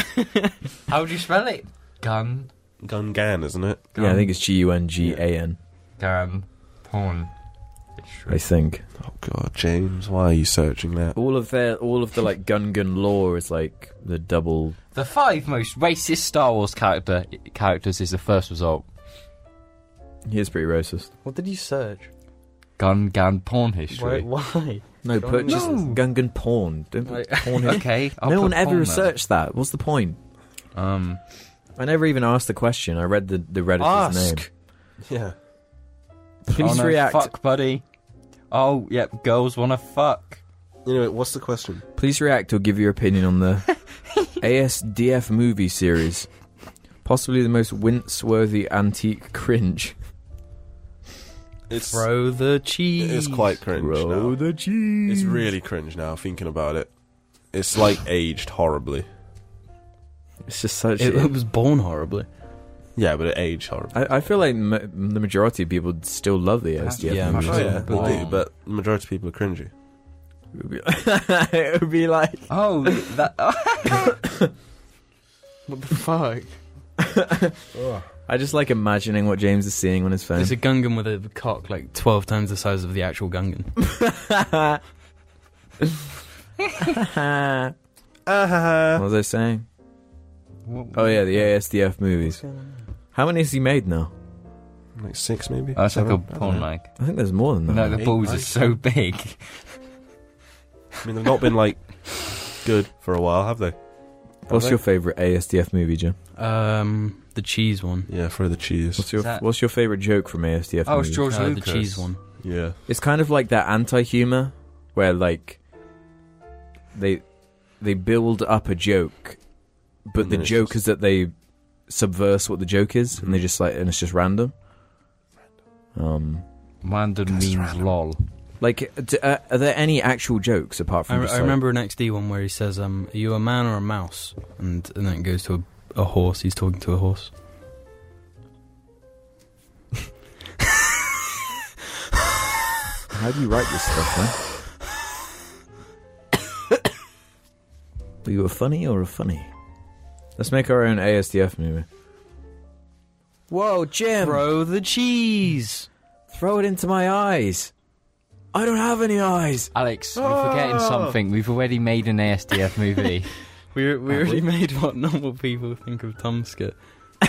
How would you spell it? Gun
Gun gan, isn't it?
Yeah, I think it's G U N G A N.
gun porn
I
history.
think
Oh God, James, why are you searching that?
all of their all of the like Gungan lore is like the double
The five most racist Star Wars character characters is the first result.
He is pretty racist.
What did you search?
Gun gun porn history.
Why?
No, purchase
No.
Gungan porn. Don't put porn
[LAUGHS]
in.
okay. I'll
no
put
one ever
porn
researched that. What's the point?
there. Um,
I never even asked the question. I read the the
Ask.
Redditor's name.
[LAUGHS] Yeah.
Please
oh, no,
react.
Fuck, buddy. Oh, yep. Girls want to fuck.
Anyway, what's the question?
Please react or give your opinion on the
[LAUGHS]
ASDF movie series. Possibly the most wince-worthy antique cringe.
It's
Throw the cheese.
it's quite cringe now.
the cheese.
It's really cringe now thinking about it. It's like aged horribly.
It's just such.
It, it was born horribly.
Yeah, but it aged horribly.
I, I feel like m- the majority of people still love the ASDF
Yeah,
movies.
oh, yeah,
but-
they do, but the majority of people are cringy.
It would be- [LAUGHS] it would be like
Oh, that.
What the fuck?
[LAUGHS] I just like imagining what James is seeing on his phone.
There's a Gungan with a cock like 12 times the size of the actual Gungan.
what
Uh,
was I saying? Oh yeah, the ASDF movies. How many has he made now?
Oh, like six, maybe.
That's like a
seven? I don't
porn
know.
mag.
I think there's more than that.
No, the
Eight,
balls
nine.
are so big.
I mean, they've not been like good for a while, have they?
What's
Have
your favorite ASDF movie, Jim?
Um, the cheese one.
they? Yeah, throw the cheese.
What's your
Is that-
What's your favorite joke from ASDF?
Oh, it's
movies?
George
Uh, the
Lucas.
cheese one.
Yeah.
It's kind of like that anti-humor where like they they build up a joke, but
And
the
Mm-hmm.
then it's
joke
just-
is that they subverse what the joke is, and they just like and it's just random. Um,
Random means lol.
like, d- uh, are there any actual jokes apart
I,
from?
re-
just,
I
like-
remember an XD one where he says, um, Are you a man or a mouse? And, and then it goes to a, a horse. He's talking to a horse.
How do you write this stuff,
[COUGHS]
man? Were you a funny or a funny? Let's make our own ASDF movie. Whoa, Jim!
Throw the cheese!
Throw it into my eyes. I don't have any eyes.
Alex, we're forgetting something. We've already made an ASDF movie.
We, we
Have
already [LAUGHS] made what normal people think of Tomskit.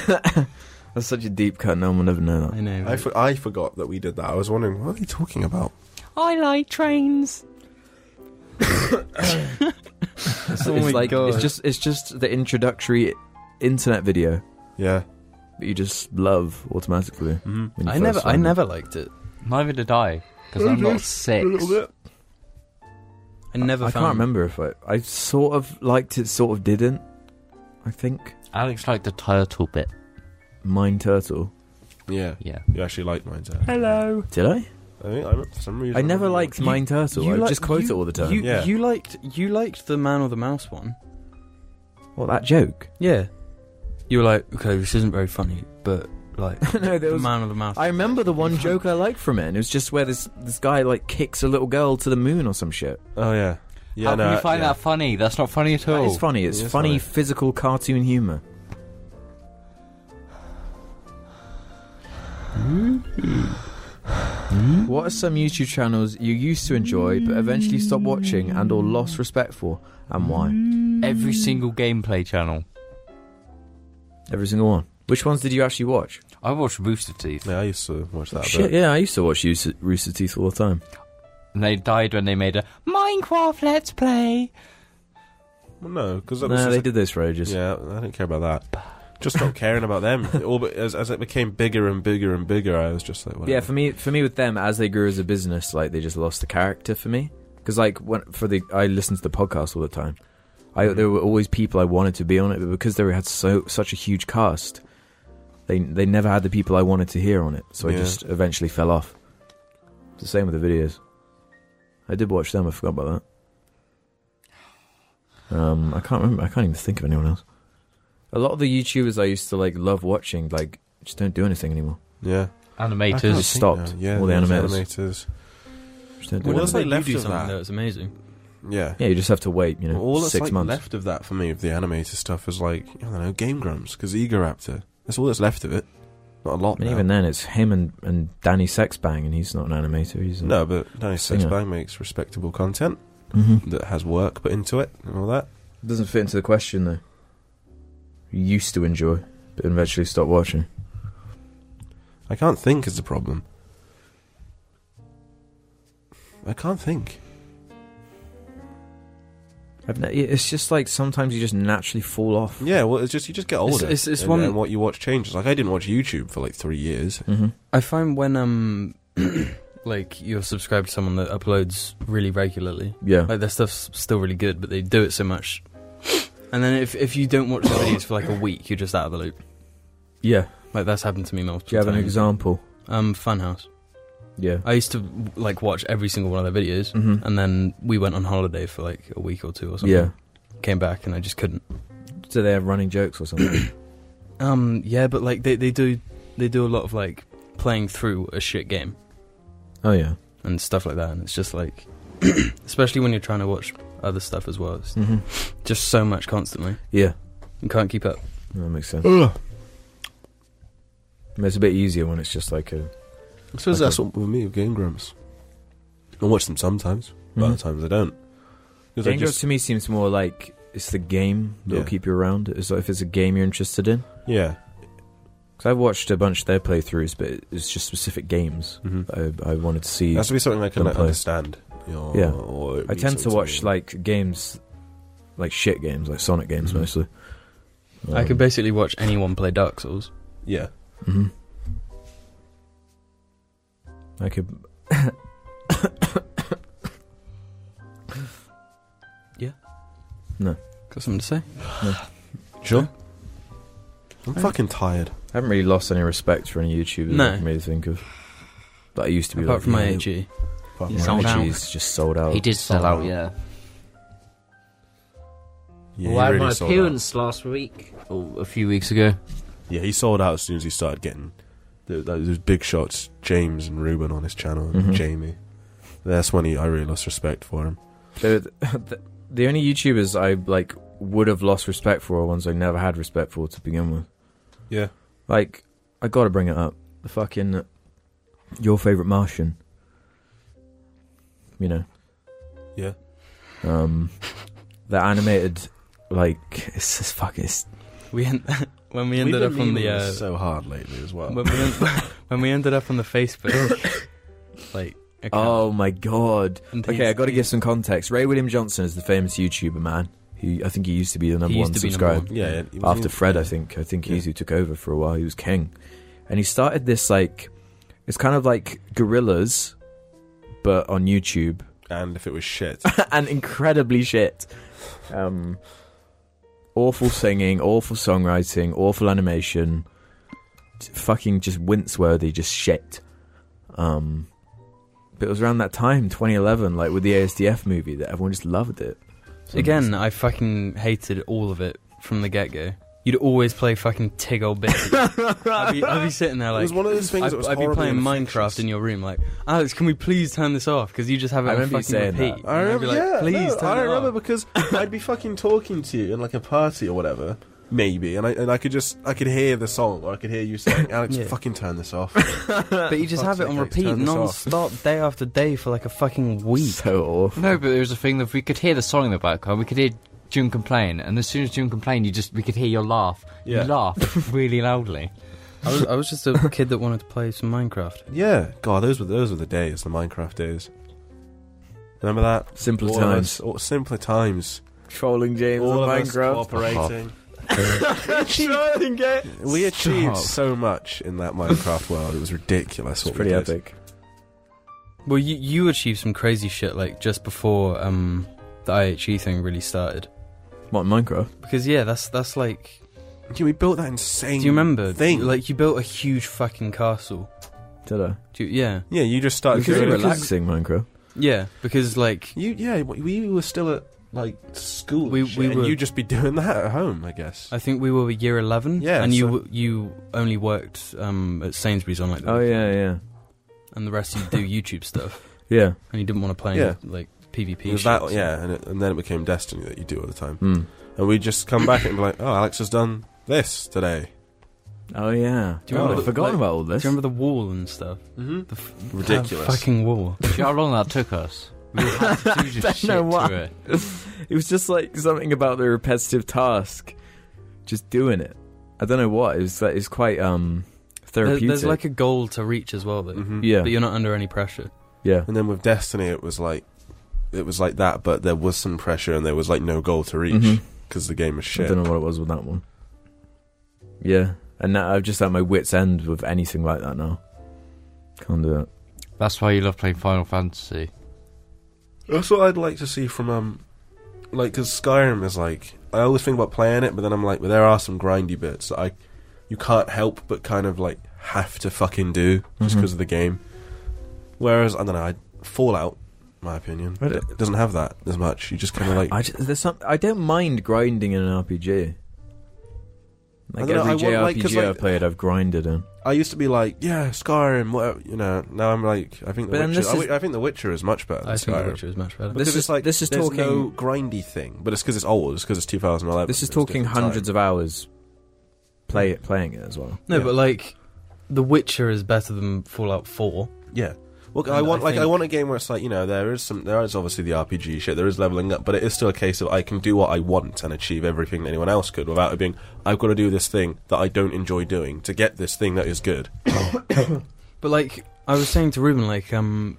That's such a deep cut. No one will never know
I
that.
know.
I, for- I forgot that we did that. I was wondering, what are they talking about?
I like trains.
It's, [LAUGHS]
Oh
it's
my
like it's
God.
just it's just the introductory internet video
Yeah.
that you just love automatically.
Mhm.
when you
I
first
never,
find
I
it.
never liked it.
Neither did I, because I'm not six.
I never.
I
found
can't remember if I I sort of liked it, sort of didn't. I think
Alex liked the turtle bit.
Mine Turtle.
Yeah.
Yeah.
You actually liked mine, Dad.
Hello.
Did I?
I mean, I, for some reason,
I never
remember
liked
you-
Mine Turtle. I
li-
just quote
you-
it all the time.
You,
Yeah.
you liked, you liked the man or the mouse one.
what that joke? [LAUGHS]
Yeah. You were like, okay, this isn't very funny, but like,
no, there
the
was.
man or the mouse.
I remember the one joke I liked from it. And it was just where this this guy like kicks a little girl to the moon or some shit.
Oh yeah. Yeah.
How
no,
can you find
yeah.
that funny? That's not funny at all.
It's funny. It's
It is
funny,
funny.
physical cartoon humor. what are some YouTube channels you used to enjoy but eventually stopped watching and or lost respect for, and why?
Mm. Every single gameplay channel.
Every single one. Which ones did you actually watch?
I watched Rooster Teeth,
Yeah, I used to watch that.
Shit,
Shit,
yeah, I used to watch Rooster, Rooster Teeth all the time.
and they died when they made a Minecraft Let's Play.
Well, no, because
No, they did this for ages.
Yeah, I didn't care about that. Just stopped caring about them. It all, but as, as it became bigger and bigger and bigger, I was just like, whatever.
Yeah, for me, for me with them, as they grew as a business, like they just lost the character for me. Because like when, for the, I listened to the podcast all the time.
Mm-hmm.
I there were always people I wanted to be on it, but because they had so such a huge cast, they they never had the people I wanted to hear on it. So I
Yeah.
just eventually fell off. It's the same with the videos. I did watch them. I forgot about that. Um, I can't remember. I can't even think of anyone else. A lot of the YouTubers I used to like love watching, like just don't do anything anymore.
yeah, I
Animators.
can't
just
think
stopped.
now. Yeah,
All the
those
animators.
animators.
Just don't do anything.
What else they
do
left
do
of
something
that?
was amazing.
Yeah,
Yeah, you just have to wait, you know,
Well, all that's
six
like
months.
left of that for me of the animator stuff is like I don't know Game Grumps because Egoraptor. That's all that's left of it. Not a lot.
I mean,
now.
even then, it's him and, and Danny Sexbang, and he's not an animator. He's a,
no, but Danny
Singer.
Sixbang makes respectable content
Mhm.
that has work put into it and all that.
doesn't fit into the question though. You used to enjoy, but eventually stopped watching.
I can't think is the problem. I can't think.
I've ne- it's just like sometimes you just naturally fall off.
Yeah, well, it's just you just get older.
it's- it's
and,
one-
and what you watch changes. Like I didn't watch YouTube for like three years.
hmm
I find when [CLEARS THROAT] um, like you're subscribed to someone that uploads really regularly,
Yeah.
like their stuff's still really good, but they do it so much. And then if if you don't watch the videos for like a week, you're just out of the loop.
yeah.
Like that's happened to me multiple
Do you have an
times.
example?
Um, Funhouse.
Yeah.
I used to like watch every single one of their videos,
hmm
and then we went on holiday for like a week or two or something.
Yeah.
Came back and I just couldn't.
Do they have running jokes or something?
Um, yeah, but like they, they do they do a lot of like playing through a shit game.
[COUGHS] oh yeah.
and stuff like that. And it's just like, [COUGHS] especially when you're trying to watch other stuff as well, it's
Mm-hmm.
just so much constantly.
Yeah.
You can't keep up.
That makes sense. I mean, it's a bit easier when it's just like a.
I suppose that's what with me with Game Grumps. I watch them sometimes, but other times I don't. 'Cause I
Mm-hmm. Game
just-
to me seems more like it's the game that'll
Yeah.
keep you around. It's like if it's a game you're interested in.
yeah,
Because I've watched a bunch of their playthroughs, but it's just specific games
mm-hmm.
that I, I wanted to see.
it has to be something I can
Don't
like,
play.
understand. you know,
Yeah.
or it
I
means
tend to
something
watch
me.
like games, like shit games, like Sonic games
Mhm.
mostly.
I
Um,
could basically watch anyone play Dark Souls.
yeah.
mhm. I could.
Got something to say?
Sure. I'm fucking tired.
I haven't really lost any respect for any YouTubers.
No.
that I can really think of. But I used to be
Apart
like,
from my
yeah,
AG.
Fuck
Yeah,
my-
sold out.
Jeez, just sold out.
He did sell out, yeah.
Yeah,
well, I
he
had
really
my
sold out.
appearance last week, or a few weeks ago.
Yeah, he sold out as soon as he started getting th th- those big shots, James and Ruben on his channel, and
Mhm.
Jamie. That's when he, I really lost respect for him.
They were [LAUGHS] the, the only YouTubers I like would have lost respect for are ones I never had respect for to begin with.
Yeah.
Like, I gotta bring it up. The fucking uh, your favorite Martian. You know.
Yeah.
Um, the animated, like [LAUGHS] it's just fuck it's
We en- [LAUGHS] when we ended up on the uh,
so hard lately as well.
when,
[LAUGHS]
we en- [LAUGHS] when we ended up on the Facebook, like account,
oh my god.
and he's-
Okay, I gotta give some context. Ray William Johnson is the famous YouTuber man. He I think he used to be the number
used
one
to be number
subscriber.
one.
yeah, he was
after
in-
Fred, I think. I think he who took over for a while. He was king, and he started this like it's kind of like gorillas, but on YouTube [LAUGHS]
and if it was
[LAUGHS]
shit,
and incredibly shit. Um, awful singing, awful songwriting, awful animation, t- fucking just wince-worthy, just shit. Um, but it was around that time, 2011, like with the ASDF movie, that everyone just loved it. So
Again, I fucking hated all of it from the get go. You'd always play fucking Tig
[LAUGHS]
old bitch. I'd, be, I'd be sitting there
it
like,
was one of those things
I'd,
that was
I'd be
horribly
playing
infectious.
Minecraft in your room, like, Alex, can we please turn this off? Because you just have it
I
on
remember you saying
fucking repeat.
that.
And
I
I'd
remember,
be like,
yeah,
please
no, I
turn it
remember
off.
because [COUGHS] I'd be fucking talking to you in like a party or whatever, maybe, and I and I could just I could hear the song or I could hear you [COUGHS] saying, "Alex,
Yeah.
fucking turn this [COUGHS] off."
But [LAUGHS] you just
Fuck's
have it on
sake, Alex,
repeat
turn this
non
off.
stop, day after day, for like a fucking week.
so awful.
No, but there was a thing that we could hear the song in the background. We could hear June complain, and as soon as June complained, you just we could hear your laugh.
Yeah.
You laugh really loudly.
[LAUGHS] I was, I was just a kid that wanted to play some Minecraft.
yeah, God, those were those were the days, the Minecraft days. Remember that?
Simpler
All of
times.
us- all- simpler times.
Trolling James
all
on
of
Minecraft.
us [LAUGHS] cooperating. [LAUGHS] We achieved
up.
so much in that Minecraft world. It was ridiculous.
It's
what we
pretty
did.
epic.
Well, you, you achieved some crazy shit, like, just before um, the IHE thing really started.
What Minecraft?
Because, yeah, that's that's like.
Yeah, we built that insane.
Do you remember?
Thing.
Like, you built a huge fucking castle.
Did I?
Do you, yeah.
yeah, you just started
Because
doing
you're
it.
relaxing Minecraft.
Yeah, because like
You yeah, we we were still at like school. and
We-
shit,
we
and
were-
you just be doing that at home, I guess.
I think we were year eleven.
Yeah,
and
so-
you w you only worked um, at Sainsbury's on like the
Oh yeah, yeah,
and the rest you do [LAUGHS] YouTube stuff,
yeah.
and you didn't want to play any,
Yeah.
like PvP.
It was
shit,
that
so-
yeah, and, it, and then it became Destiny that you do all the time,
Mm.
and we just come back and be like, oh, Alex has done this today.
Oh yeah.
Do you remember
oh,
the-
I've forgotten
like-
about all
Do
this.
you remember the wall and stuff?
Mm-hmm.
The f-
Ridiculous.
that fucking wall.
Do you know how long that took us? We all had to
[LAUGHS]
do
Don't
just shit
know why.
to it.
It was just like something about the repetitive task, just doing it. I don't know what. It was. Like, it's quite um
There,
therapeutic.
there's like a goal to reach as well, though.
Mhm.
yeah,
But you're not under any pressure.
yeah.
And then with Destiny, it was like it was like that, but there was some pressure and there was like no goal to reach
Mhm.
because the game was
I
shit.
don't know what it was with that one. Yeah, and now I'm just at my wits' end with anything like that now. Can't do it.
That's why you love playing Final Fantasy.
That's what I'd like to see from um, like because Skyrim is like I always think about playing it, but then I'm like, well, there are some grindy bits that I you can't help but kind of like have to fucking do just
Mhm.
because of the game. Whereas I don't know, I, Fallout, my opinion,
I d-
it doesn't have that as much. You just kind of like
I just, there's some. I don't mind grinding in an RPG. Like
I don't know,
every
I want,
JRPG
like, 'cause, like-
I've played, I've grinded in.
I used to be like, yeah, Skyrim, whatever, you know. Now I'm like, I think
But
the
then
Witcher.
this
I,
is-
wi- I think the Witcher is much better. Than
I think
Skyrim.
The Witcher is much better.
This
Because
is-
it's like
this is
there's
talking-
no grindy thing, but it's because it's old. It's because it's 2011.
This is talking hundreds of hours play playing it as well.
No,
Yeah.
but like, The Witcher is better than Fallout Four.
Yeah. Well,
And
I want
I
like I
think-
want a game where it's like you know there is some there is obviously the RPG shit there is leveling up, but it is still a case of I can do what I want and achieve everything that anyone else could without it being I've got to do this thing that I don't enjoy doing to get this thing that is good.
But like, I was saying to Ruben, like, um,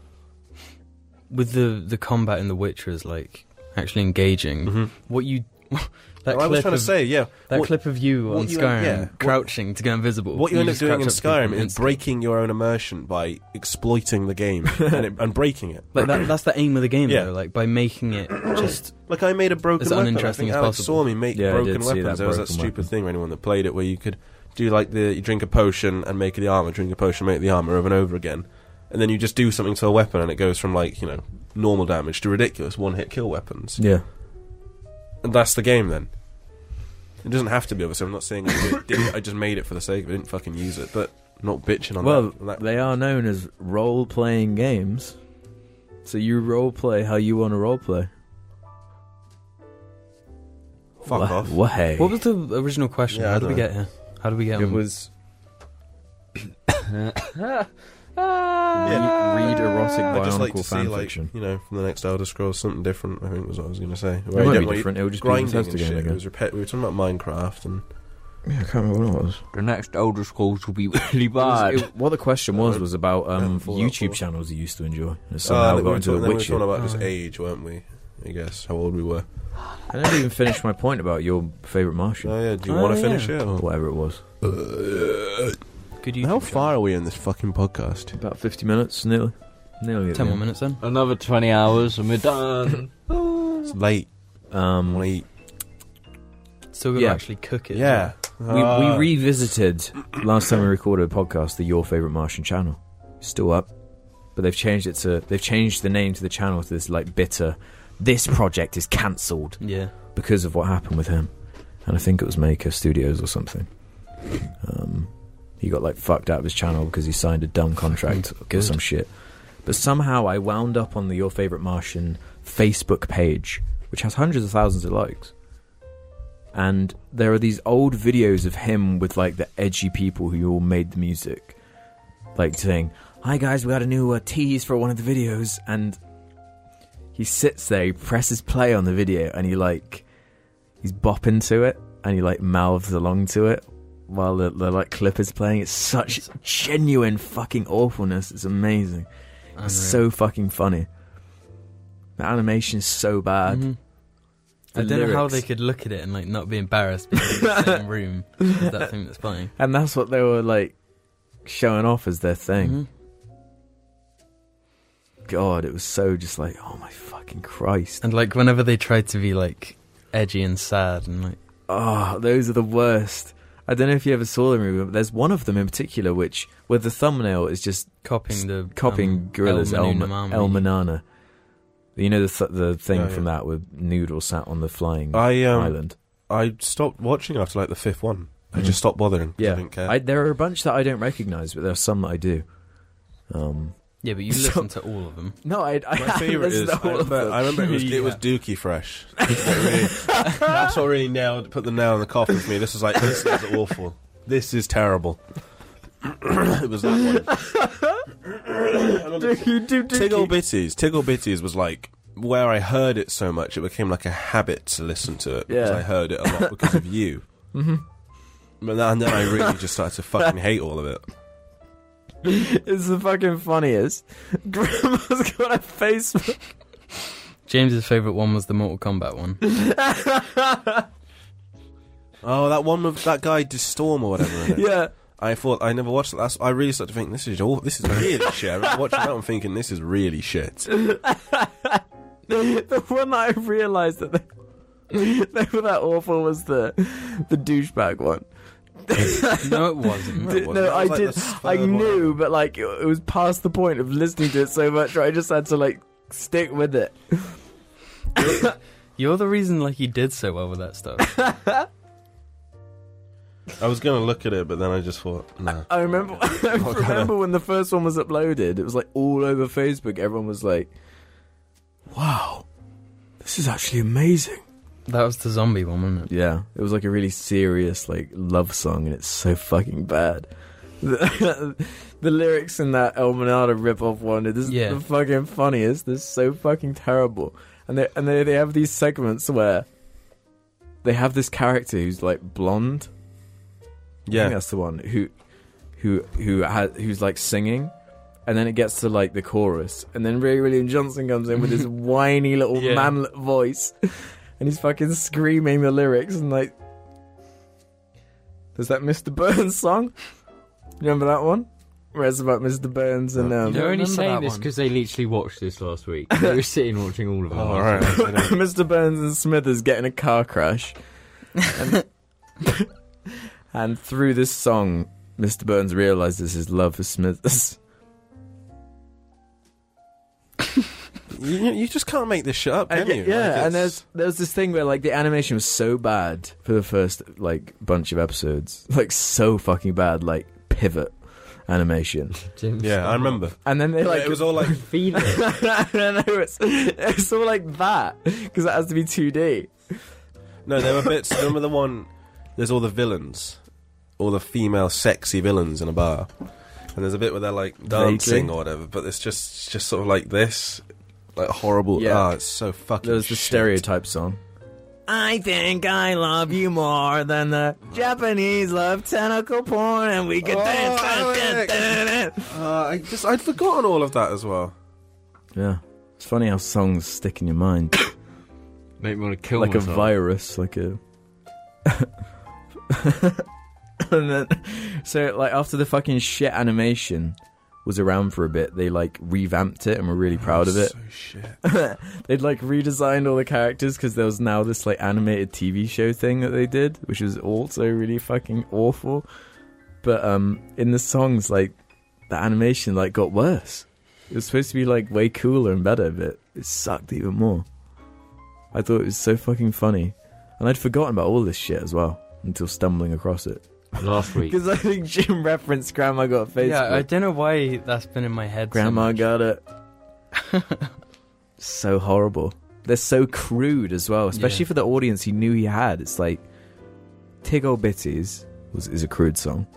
with the the combat in The Witcher is like actually engaging. What you Mm-hmm. [LAUGHS] that
Mm-hmm. I was
clip
trying
of,
to say, yeah,
that
what-
clip of you
what
on
you-
Skyrim
yeah, what-
crouching to go invisible.
What you end up
just
doing
crouch
in
up to people
Skyrim is
instantly.
breaking your own immersion by exploiting the
[LAUGHS]
game and, it, and breaking it.
Like that, that's the aim of the game,
Yeah.
though. Like by
[CLEARS THROAT]
making it just
Like I made a broken
As
weapon. I
uninteresting
think
as
Alex
possible.
saw me make
Yeah, I
broken
did see
weapons.
that
there was that
broken
stupid
weapon.
thing for anyone that played it, where you could do like the you drink a potion and make the armor, drink a potion, make the armor over and over again, and then you just do something to a weapon and it goes from like you know normal damage to ridiculous one hit kill weapons,
Yeah.
and that's the game then. It doesn't have to be obviously. I'm not saying I did it. I just made it for the sake of it. I didn't fucking use it, but I'm not bitching on
Well,
that. on that.
they are known as role playing games. So you role play how you want to role play.
Fuck off.
What? Hey.
what was the original question?
Yeah, I
How did we
dunno.
get here? How did we get?
it
on-
was
Yeah.
read erotic
Ah.
I'd just like
bionicle
to see,
fan
like,
fiction.
you know, from the next Elder Scrolls, something different. I think was what I was going to say.
It
Where you
won't
don't-
be
where you-
different. It would just be
grinding
Bethesda
and shit.
game
It
again.
was repet- we were talking about Minecraft and
Yeah, I can't remember what it was.
The next Elder Scrolls will be really
It was-
bad.
it- what the question was was about um,
Um, Fallout
YouTube
four.
channels you used to enjoy. And
Uh,
somehow
we
got
were
into The
talking- then
Witcher.
We were talking about just
Oh.
age, weren't we? I guess how old we were.
I never even finished my point about your favorite Martian,
Oh yeah. Do you
Oh,
want to
yeah.
finish it? Or?
whatever it was. Oh.
Good
how
YouTube channel.
far are we in this fucking podcast?
About fifty minutes, nearly. Nearly. at the
Ten more
end.
minutes then.
Another 20 hours and we're [LAUGHS] done.
It's late.
Um, we,
Late.
So we'll
Yeah.
actually cook it.
Yeah. Uh,
we revisited [CLEARS THROAT] last time we recorded a podcast, the Your Favorite Martian channel, still up, but they've changed it to they've changed the name to the channel to this like bitter. This project is cancelled.
Yeah.
because of what happened with him, and I think it was Maker Studios or something. Um, he got like fucked out of his channel because he signed a dumb contract or
good.
some shit. But somehow I wound up on the Your Favorite Martian Facebook page, which has hundreds of thousands of likes. And there are these old videos of him with like the edgy people who all made the music, like saying, "Hi guys, we got a new uh, tease for one of the videos," and he sits there, he presses play on the video, and he like he's bopping to it and he like mouths along to it while the, the like clip is playing. It's such genuine fucking awfulness. It's amazing.
Unreal.
It's so fuction funny. The animation is so bad. [LAUGHS]
Mhm.
The
I don't know how
lyrics.
they could look at it and like not be embarrassed because they're in the
[LAUGHS]
same room as that thing that's playing.
And that's what they were like showing off as their thing.
Mhm.
God, it was so just like, oh my fucking Christ.
And like whenever they tried to be like edgy and sad and like
Oh, those are the worst. I don't know if you ever saw them, Ruben, but there's one of them in particular which, where the thumbnail is just
copying the
copying
um,
Gorilla's El,
Manu Namami.
El Manana. You know the th- the thing
Yeah,
from
yeah.
that with Noodle sat on the flying
I um.
island.
I stopped watching after like the fifth one. I
Mhm.
just stopped bothering. 'cause
Yeah,
I didn't care.
I, there are a bunch that I don't recognise, but there are some that I do. Um, [LAUGHS]
Yeah, but you
So-
listen to all of them.
no, I. [LAUGHS] I
My favorite
listen
is
to
I
all of
remember,
them.
I remember it was it was
[LAUGHS]
Dookie Fresh. [LAUGHS] That's what really- that's what really nailed put the nail in the coffin for me. This was like this is awful. This is terrible. [CLEARS THROAT] it was that one. Tiggle Bitties. Tiggle Bitties was like where I heard it so much, it became like a habit to listen to it because
Yeah.
I heard it a lot because of you. Mm-hmm. And then I really just started to fucking hate all of it.
[LAUGHS]
[LAUGHS]
It's the fucking funniest. Grandma's got a Facebook.
James's favourite one was the Mortal Kombat
[LAUGHS]
one.
Oh, that one with that guy, De Storm or whatever.
[LAUGHS]
in it.
yeah.
I thought I never watched that. That's- I really started to think this is all. This is [LAUGHS] really shit. I remember watching that and thinking this is really shit.
the one that I realised that they, they [LAUGHS] were that awful was the the douchebag one.
no, it wasn't.
That
no,
wasn't- that
I
was like
did.
the third
I
one.
knew, but like it, it was past the point of listening to it so much. I just had to like stick with it.
You're the reason like he did so well with that stuff.
I was gonna look at it, but then I just thought, nah.
I remember. [LAUGHS] I remember when the first one was uploaded. It was like all over Facebook. Everyone was like, "Wow, this is actually amazing."
that was the zombie one, wasn't it?
Mm, Yeah, it was like a really serious like love song, and it's so fucking bad. [LAUGHS] The, the lyrics in that El Monado rip-off one, it is
Yeah.
the fucking funniest. They're so fucking terrible, and they and they they have these segments where they have this character who's like blonde, I think
Yeah,
that's the one who, who, who has, who's like singing, and then it gets to like the chorus, and then Ray William Johnson comes in with his whiny little
Yeah.
manlet voice, and he's fucking screaming the lyrics and like, there's that Mr. Burns song. You remember that one? Where it's about Mr. Burns and um, [LAUGHS]
They're only
remember that
saying this
one.
because they literally watched this last week. they were sitting watching all of them.
Oh, all right.
[LAUGHS]
I know.
Mr. Burns and Smithers get in a car crash. And, [LAUGHS] and through this song, Mr. Burns realizes his love for Smithers.
you, you just can't make this shit up, can
And,
you?
Uh, yeah,
Like, it's-
and there's there was this thing where like the animation was so bad for the first like bunch of episodes, [LAUGHS] like so fucking bad, like pivot [LAUGHS] animation.
yeah, I remember.
And then they [LAUGHS] like
yeah, it was
[LAUGHS]
all like
I don't know, it's, it's all like that because it has to be 2D.
no, there were bits. Remember the one? There's all the villains, all the female sexy villains in a bar, and there's a bit where they're like dancing
Vaguely.
or whatever. But it's just it's just sort of like this, like horrible.
Yeah.
ah, it's so fucking.
There was the
shit.
stereotype song. I think I love you more than the Japanese love tentacle porn, and we could
Oh,
dance. dance,
Alex.
[LAUGHS] dance, dance.
Uh, I just I'd forgotten all of that as well.
Yeah, it's funny how songs stick in your mind
Make me want to kill
like
myself.
a virus, like a. [LAUGHS] and then, so like after the fucking shit animation was around for a bit, they like revamped it and were really proud of it.
So shit.
[LAUGHS] They'd like redesigned all the characters because there was now this like animated TV show thing that they did, which was also really fucking awful. But um, in the songs, like the animation like got worse. It was supposed to be like way cooler and better, but it sucked even more. I thought it was so fucking funny, and I'd forgotten about all this shit as well until stumbling across [LAUGHS] it
Last week.
because I think Jim referenced Grandma Got Facebook.
Yeah, I don't know why that's been in my head. so
Grandma
much.
got it.
[LAUGHS]
so horrible. They're so crude as well, especially
Yeah.
for the audience he knew he had. It's like Tiggle Bitties was is a crude song.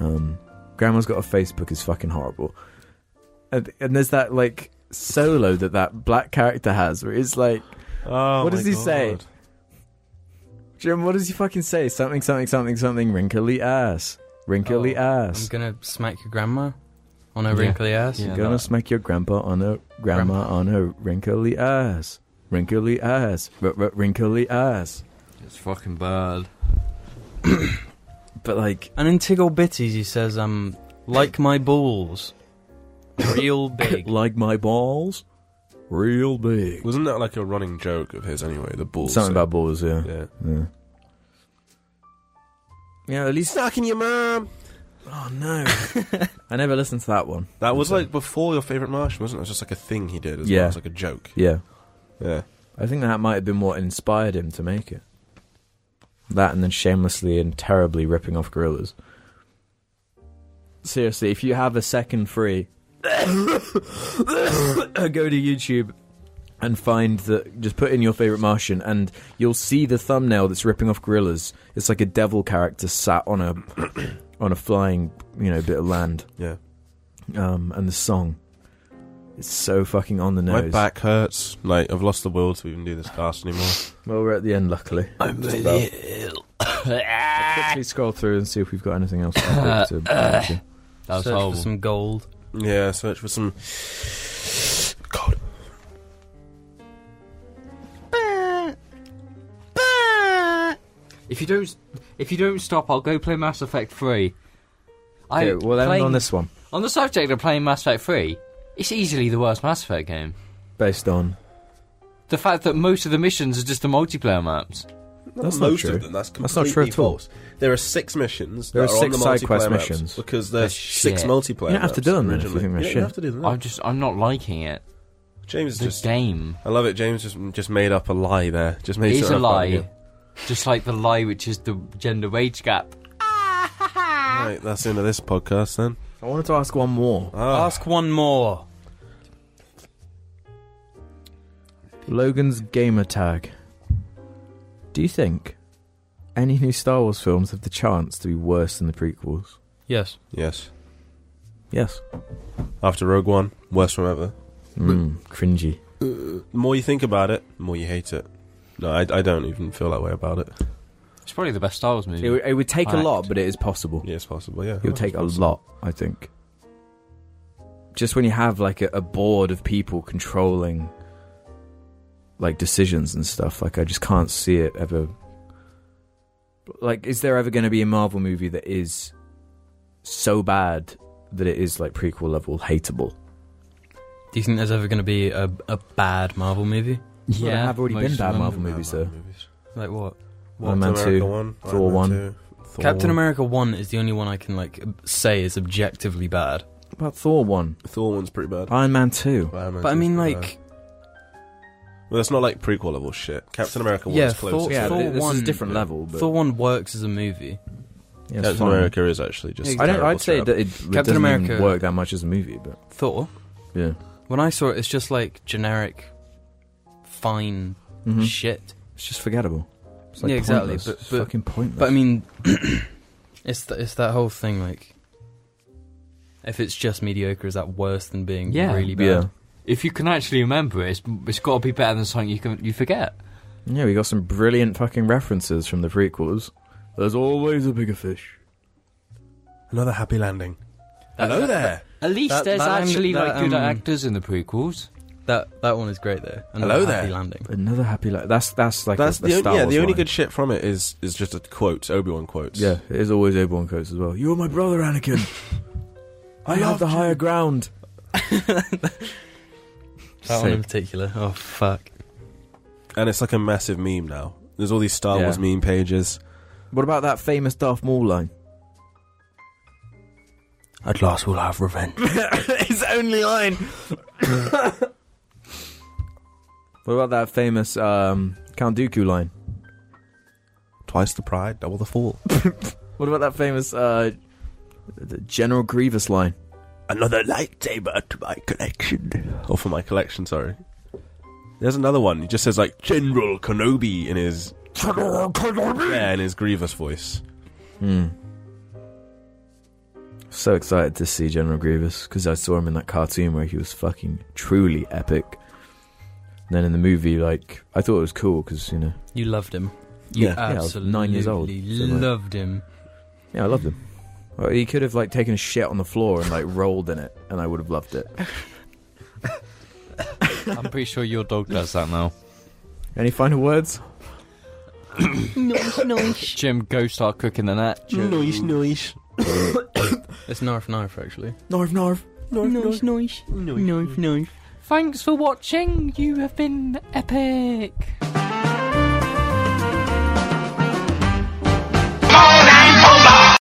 Um, Grandma's got a Facebook is fucking horrible, and, and there's that like solo that that black character has where it's like,
Oh,
What does
my
he say?
God.
Jim, what does he fucking say? Something, something, something, something. Wrinkly ass, wrinkly
Oh, I'm
ass.
gonna smack your grandma on her
Yeah.
wrinkly ass.
Yeah,
Gonna
that-
smack your grandpa on her grandma on her wrinkly ass. Wrinkly ass. R- r- wrinkly ass.
It's fucking
[LAUGHS]
bad.
But like
And in Tiggle Bitties, he says, um, like my balls. Real
[LAUGHS]
big.
like my balls real big.
Wasn't that like a running joke of his anyway? The balls.
Something about balls, yeah.
Yeah.
Yeah. Yeah, at least
Knocking your mom.
Oh no. [LAUGHS] I never listened to that one.
That was like before your favorite Martian, wasn't it? It was just like a thing he did as
Yeah.
well. It was like a joke.
Yeah.
Yeah.
I think that might have been what inspired him to make it. That and then shamelessly and terribly ripping off gorillas. Seriously, if you have a second free, [COUGHS] go to YouTube and find the just put in your favorite Martian and you'll see the thumbnail that's ripping off gorillas. It's like a devil character sat on a [COUGHS] on a flying, you know, bit of land.
Yeah.
Um, and the song. It's so fucking on the nose.
My back hurts. Like I've lost the will to even do this cast anymore.
Well, we're at the end, luckily.
I'm
about-
ill.
quickly scroll through and see if we've got anything else.
Uh,
to
uh. That was
Search
horrible.
for some gold.
yeah. Search for some. God.
If you don't, if you don't stop, I'll go play Mass Effect Three. I
Okay, well, end
playing-
on this one.
on the subject of playing Mass Effect Three. It's easily the worst Mass Effect game.
Based on.
The fact that most of the missions are just the multiplayer maps.
Not
That's not
most
true.
of them. That's
That's
completely
not true at all.
false. There are six missions.
There
that
are
on
six
the
side quest
multiplayer maps
missions.
because there's
That's
six
shit.
multiplayer.
You don't have to
maps
do them then if you
originally.
think they're
Yeah, you don't have
shit.
to do them.
I'm just, I'm not liking it.
James
The
just.
game
I love it. James just just made up a lie there. Just made
is a
something up out of
lie,
it.
just like the lie which is the gender wage gap.
Right, that's the end of this podcast then.
I wanted to ask one more.
Ah,
Ask one more.
Logan's gamer tag. Do you think any new Star Wars films have the chance to be worse than the prequels?
Yes.
yes.
Yes.
After Rogue One, worst one ever.
Mm, cringy.
Uh, The more you think about it, the more you hate it. No, I, I don't even feel that way about it.
It's probably the best Star Wars movie.
It, would- it would take a
Fact.
lot, but it is possible.
Yeah, it's possible. Yeah,
It would take a lot, I think. Just when you have like a, a board of people controlling like decisions and stuff, like I just can't see it ever. Like, is there ever going to be a Marvel movie that is so bad that it is like prequel level hateable?
Do you think there's ever going to be a, a bad Marvel movie?
Well, there have already
most
been
of
bad
them.
Marvel movies though.
Like what?
Iron Man
Captain America
2, Thor
Iron Man
1.
2, Thor
Captain
1.
America One is the only one I can like ob- say is objectively bad.
What about Thor 1,
Thor one's pretty bad.
Iron Man 2?
Iron Man
But I
2's
mean,
pretty bad.
like,
Well, that's not like prequel level shit. Captain America one
Yeah,
is close.
Thor-
to
Yeah,
it.
Thor
this is a
1,
different
yeah.
level, but
Thor One works as a movie.
yeah, it's
Captain
fine.
America is actually just.
I don't.
terrible
I'd say
crap.
that it doesn't
America-
even work that much as a movie, but
Thor.
yeah.
When I saw it, it's just like generic, fine
Hmm. Mm-hmm.
shit.
It's just forgettable. It's
Yeah, exactly,
pointless.
but-
It's
but-
fucking pointless.
But I mean, [CLEARS THROAT] it's th- it's that whole thing. Like, if it's just mediocre, is that worse than being
Yeah.
really bad?
yeah,
If you can actually remember it, it's, it's got to be better than something you can you forget.
yeah, we got some brilliant fucking references from the prequels. There's always a bigger fish.
another happy landing.
That-
Hello
that-
there.
At least
That-
there's
that, um,
actually
that,
like good
um,
actors in the prequels.
That that one is great though. Another
Hello
happy
there.
landing.
Another happy life. That's that's like
That's
a, a
the
Star
only, yeah.
Wars
The only
line.
good shit from it is is just a quote, Obi Wan quotes.
Yeah, it is always Obi Wan Coates as well. You're my brother,
[LAUGHS]
Anakin. I have the higher ground.
That one
Sick.
in particular. Oh
[LAUGHS]
fuck.
and it's like a massive meme now. There's all these Star
Yeah.
Wars meme pages.
What about that famous Darth Maul line?
At last, we'll have revenge.
His only line. what about that famous um, Count Dooku line?
Twice the pride, double the fall.
What about that famous uh, the General Grievous line?
another lightsaber to my collection. Or Oh, for my collection, sorry. There's another one. He just says like General Kenobi in his yeah, in his grievous voice.
Hmm. So excited to see General Grievous because I saw him in that cartoon where he was fucking truly epic. And then in the movie, like I thought it was cool because you know,
You loved him.
You [LAUGHS] Yeah. Yeah, I was
absolutely
nine years old, so, like-
loved him.
yeah, I loved him. Well, he could have like taken a shit on the floor and like [LAUGHS] rolled in it, and I would have loved it.
[LAUGHS] I'm pretty sure your dog does that now.
Any final words?
Jim, go start cooking the net.
Nice, [COUGHS] nice.
It's Narf Narf actually.
Narf, narf.
Noise, noise, noise, noise.
Thanks for watching. You have been epic.